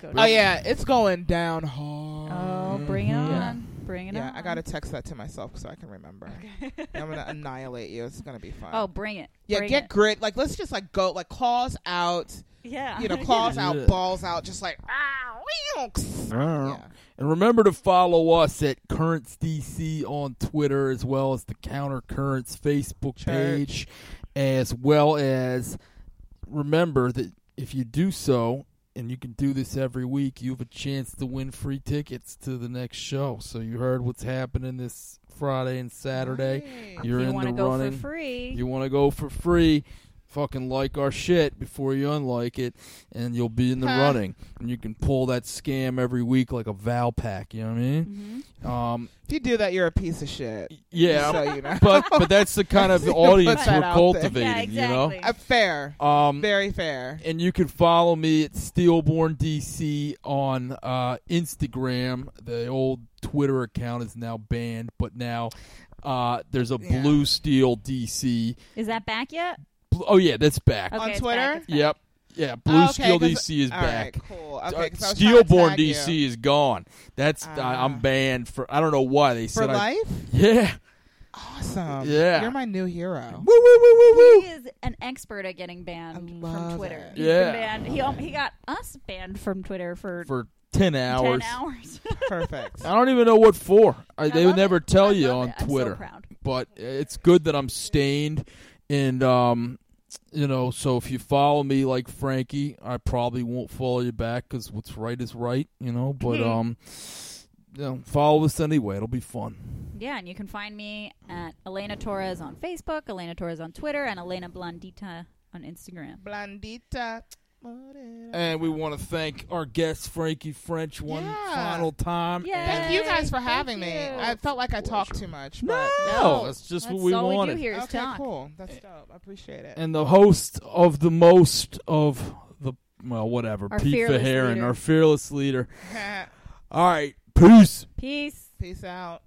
[SPEAKER 3] Go to
[SPEAKER 2] Oh yeah, it's going down hard.
[SPEAKER 3] Oh, bring it on.
[SPEAKER 1] Yeah.
[SPEAKER 3] Bring it
[SPEAKER 2] Mm-hmm. yeah,
[SPEAKER 3] on.
[SPEAKER 2] I gotta text that to myself so I can remember.
[SPEAKER 3] [LAUGHS]
[SPEAKER 2] I'm gonna annihilate you. It's gonna be fun.
[SPEAKER 3] Oh, bring it.
[SPEAKER 2] yeah,
[SPEAKER 3] bring
[SPEAKER 2] get
[SPEAKER 3] it.
[SPEAKER 2] grit. Like let's just like go like claws out.
[SPEAKER 3] yeah. [LAUGHS]
[SPEAKER 2] you know, claws
[SPEAKER 1] Yeah.
[SPEAKER 2] out, balls out, just like ah, weonks. Yeah.
[SPEAKER 1] And remember to follow us at Currents DC on Twitter as well as the Counter Currents Facebook page,
[SPEAKER 2] Church.
[SPEAKER 1] as well as remember that if you do so, and you can do this every week, you have a chance to win free tickets to the next show. So you heard what's happening this Friday and Saturday. [LAUGHS]
[SPEAKER 2] Right.
[SPEAKER 1] You're
[SPEAKER 3] if you
[SPEAKER 1] in
[SPEAKER 3] want
[SPEAKER 1] the
[SPEAKER 3] to go
[SPEAKER 1] running.
[SPEAKER 3] for free.
[SPEAKER 1] You want to go for free, fucking like our shit before you unlike it, and you'll be in the
[SPEAKER 2] Huh.
[SPEAKER 1] running. And you can pull that scam every week like a Val pack. You know what I mean?
[SPEAKER 3] hmm
[SPEAKER 1] Um,
[SPEAKER 2] If you do that, you're a piece of shit.
[SPEAKER 1] y- yeah,
[SPEAKER 2] so
[SPEAKER 1] [LAUGHS]
[SPEAKER 2] you know,
[SPEAKER 1] but but that's the kind
[SPEAKER 2] [LAUGHS]
[SPEAKER 1] of audience
[SPEAKER 2] Put that
[SPEAKER 1] we're
[SPEAKER 2] out
[SPEAKER 1] cultivating.
[SPEAKER 3] Yeah, exactly.
[SPEAKER 2] Uh, fair,
[SPEAKER 1] You know. Um,
[SPEAKER 2] very fair.
[SPEAKER 1] and you can follow me at Steelborn DC on uh, Instagram. The old Twitter account is now banned, but now uh, there's a
[SPEAKER 2] Yeah.
[SPEAKER 1] blue steel DC.
[SPEAKER 3] Is that back yet?
[SPEAKER 1] Bl- Oh yeah, that's back.
[SPEAKER 3] Okay,
[SPEAKER 2] On
[SPEAKER 3] it's
[SPEAKER 2] Twitter?
[SPEAKER 3] Back, it's back.
[SPEAKER 1] Yep. Yeah, Blue
[SPEAKER 2] Oh, Okay,
[SPEAKER 1] Steel
[SPEAKER 2] 'cause-
[SPEAKER 1] DC is
[SPEAKER 2] All
[SPEAKER 1] back.
[SPEAKER 2] right, cool.
[SPEAKER 1] Uh,
[SPEAKER 2] Okay, 'cause I was trying to
[SPEAKER 1] Steelborn
[SPEAKER 2] tag you.
[SPEAKER 1] DC is gone. That's uh, I'm
[SPEAKER 2] Ah.
[SPEAKER 1] banned for. I don't know why they
[SPEAKER 2] for
[SPEAKER 1] said. I,
[SPEAKER 2] life.
[SPEAKER 1] [LAUGHS] yeah.
[SPEAKER 2] Awesome.
[SPEAKER 1] Yeah.
[SPEAKER 2] you're my
[SPEAKER 1] [LAUGHS]
[SPEAKER 2] new hero.
[SPEAKER 1] Woo woo woo woo woo.
[SPEAKER 3] He is an expert at getting banned
[SPEAKER 2] I
[SPEAKER 3] from
[SPEAKER 2] love
[SPEAKER 3] Twitter.
[SPEAKER 2] it.
[SPEAKER 3] He's
[SPEAKER 1] Yeah.
[SPEAKER 3] been banned. He al- he got us banned from Twitter for,
[SPEAKER 1] For ten hours.
[SPEAKER 3] ten [LAUGHS] hours.
[SPEAKER 2] Perfect.
[SPEAKER 1] I don't even know what for. I,
[SPEAKER 3] I
[SPEAKER 1] they would
[SPEAKER 3] love
[SPEAKER 1] never
[SPEAKER 3] it.
[SPEAKER 1] tell
[SPEAKER 3] I
[SPEAKER 1] you
[SPEAKER 3] love
[SPEAKER 1] on
[SPEAKER 3] it. I'm so
[SPEAKER 1] Twitter.
[SPEAKER 3] proud.
[SPEAKER 1] but it's good that I'm stained, and um, you know. So if you follow me like Frankie, I probably won't follow you back because what's right is right, you know. But
[SPEAKER 2] Hmm.
[SPEAKER 1] um, you know, follow us anyway. It'll be fun.
[SPEAKER 3] Yeah, and you can find me at Elena Torres on Facebook, Elena Torres on Twitter, and Elena Blondita on Instagram.
[SPEAKER 2] Blandita.
[SPEAKER 1] And we want to thank our guest Frankie French one
[SPEAKER 2] Yeah.
[SPEAKER 1] final time.
[SPEAKER 3] Yay.
[SPEAKER 1] And-
[SPEAKER 2] Thank you guys for
[SPEAKER 3] Thank
[SPEAKER 2] having me.
[SPEAKER 3] you.
[SPEAKER 2] I felt like I talked too much.
[SPEAKER 1] No,
[SPEAKER 2] But
[SPEAKER 1] that's just
[SPEAKER 3] That's
[SPEAKER 1] what we
[SPEAKER 3] all
[SPEAKER 1] wanted.
[SPEAKER 3] we do here is
[SPEAKER 2] okay,
[SPEAKER 3] talk.
[SPEAKER 2] cool. That's dope. I appreciate it.
[SPEAKER 1] and the host of the most of the well, whatever,
[SPEAKER 3] Our
[SPEAKER 1] Pete
[SPEAKER 3] fearless
[SPEAKER 1] Verheeren,
[SPEAKER 3] leader.
[SPEAKER 1] Uh, our fearless leader. All right, peace.
[SPEAKER 3] Peace.
[SPEAKER 2] [LAUGHS] Peace out.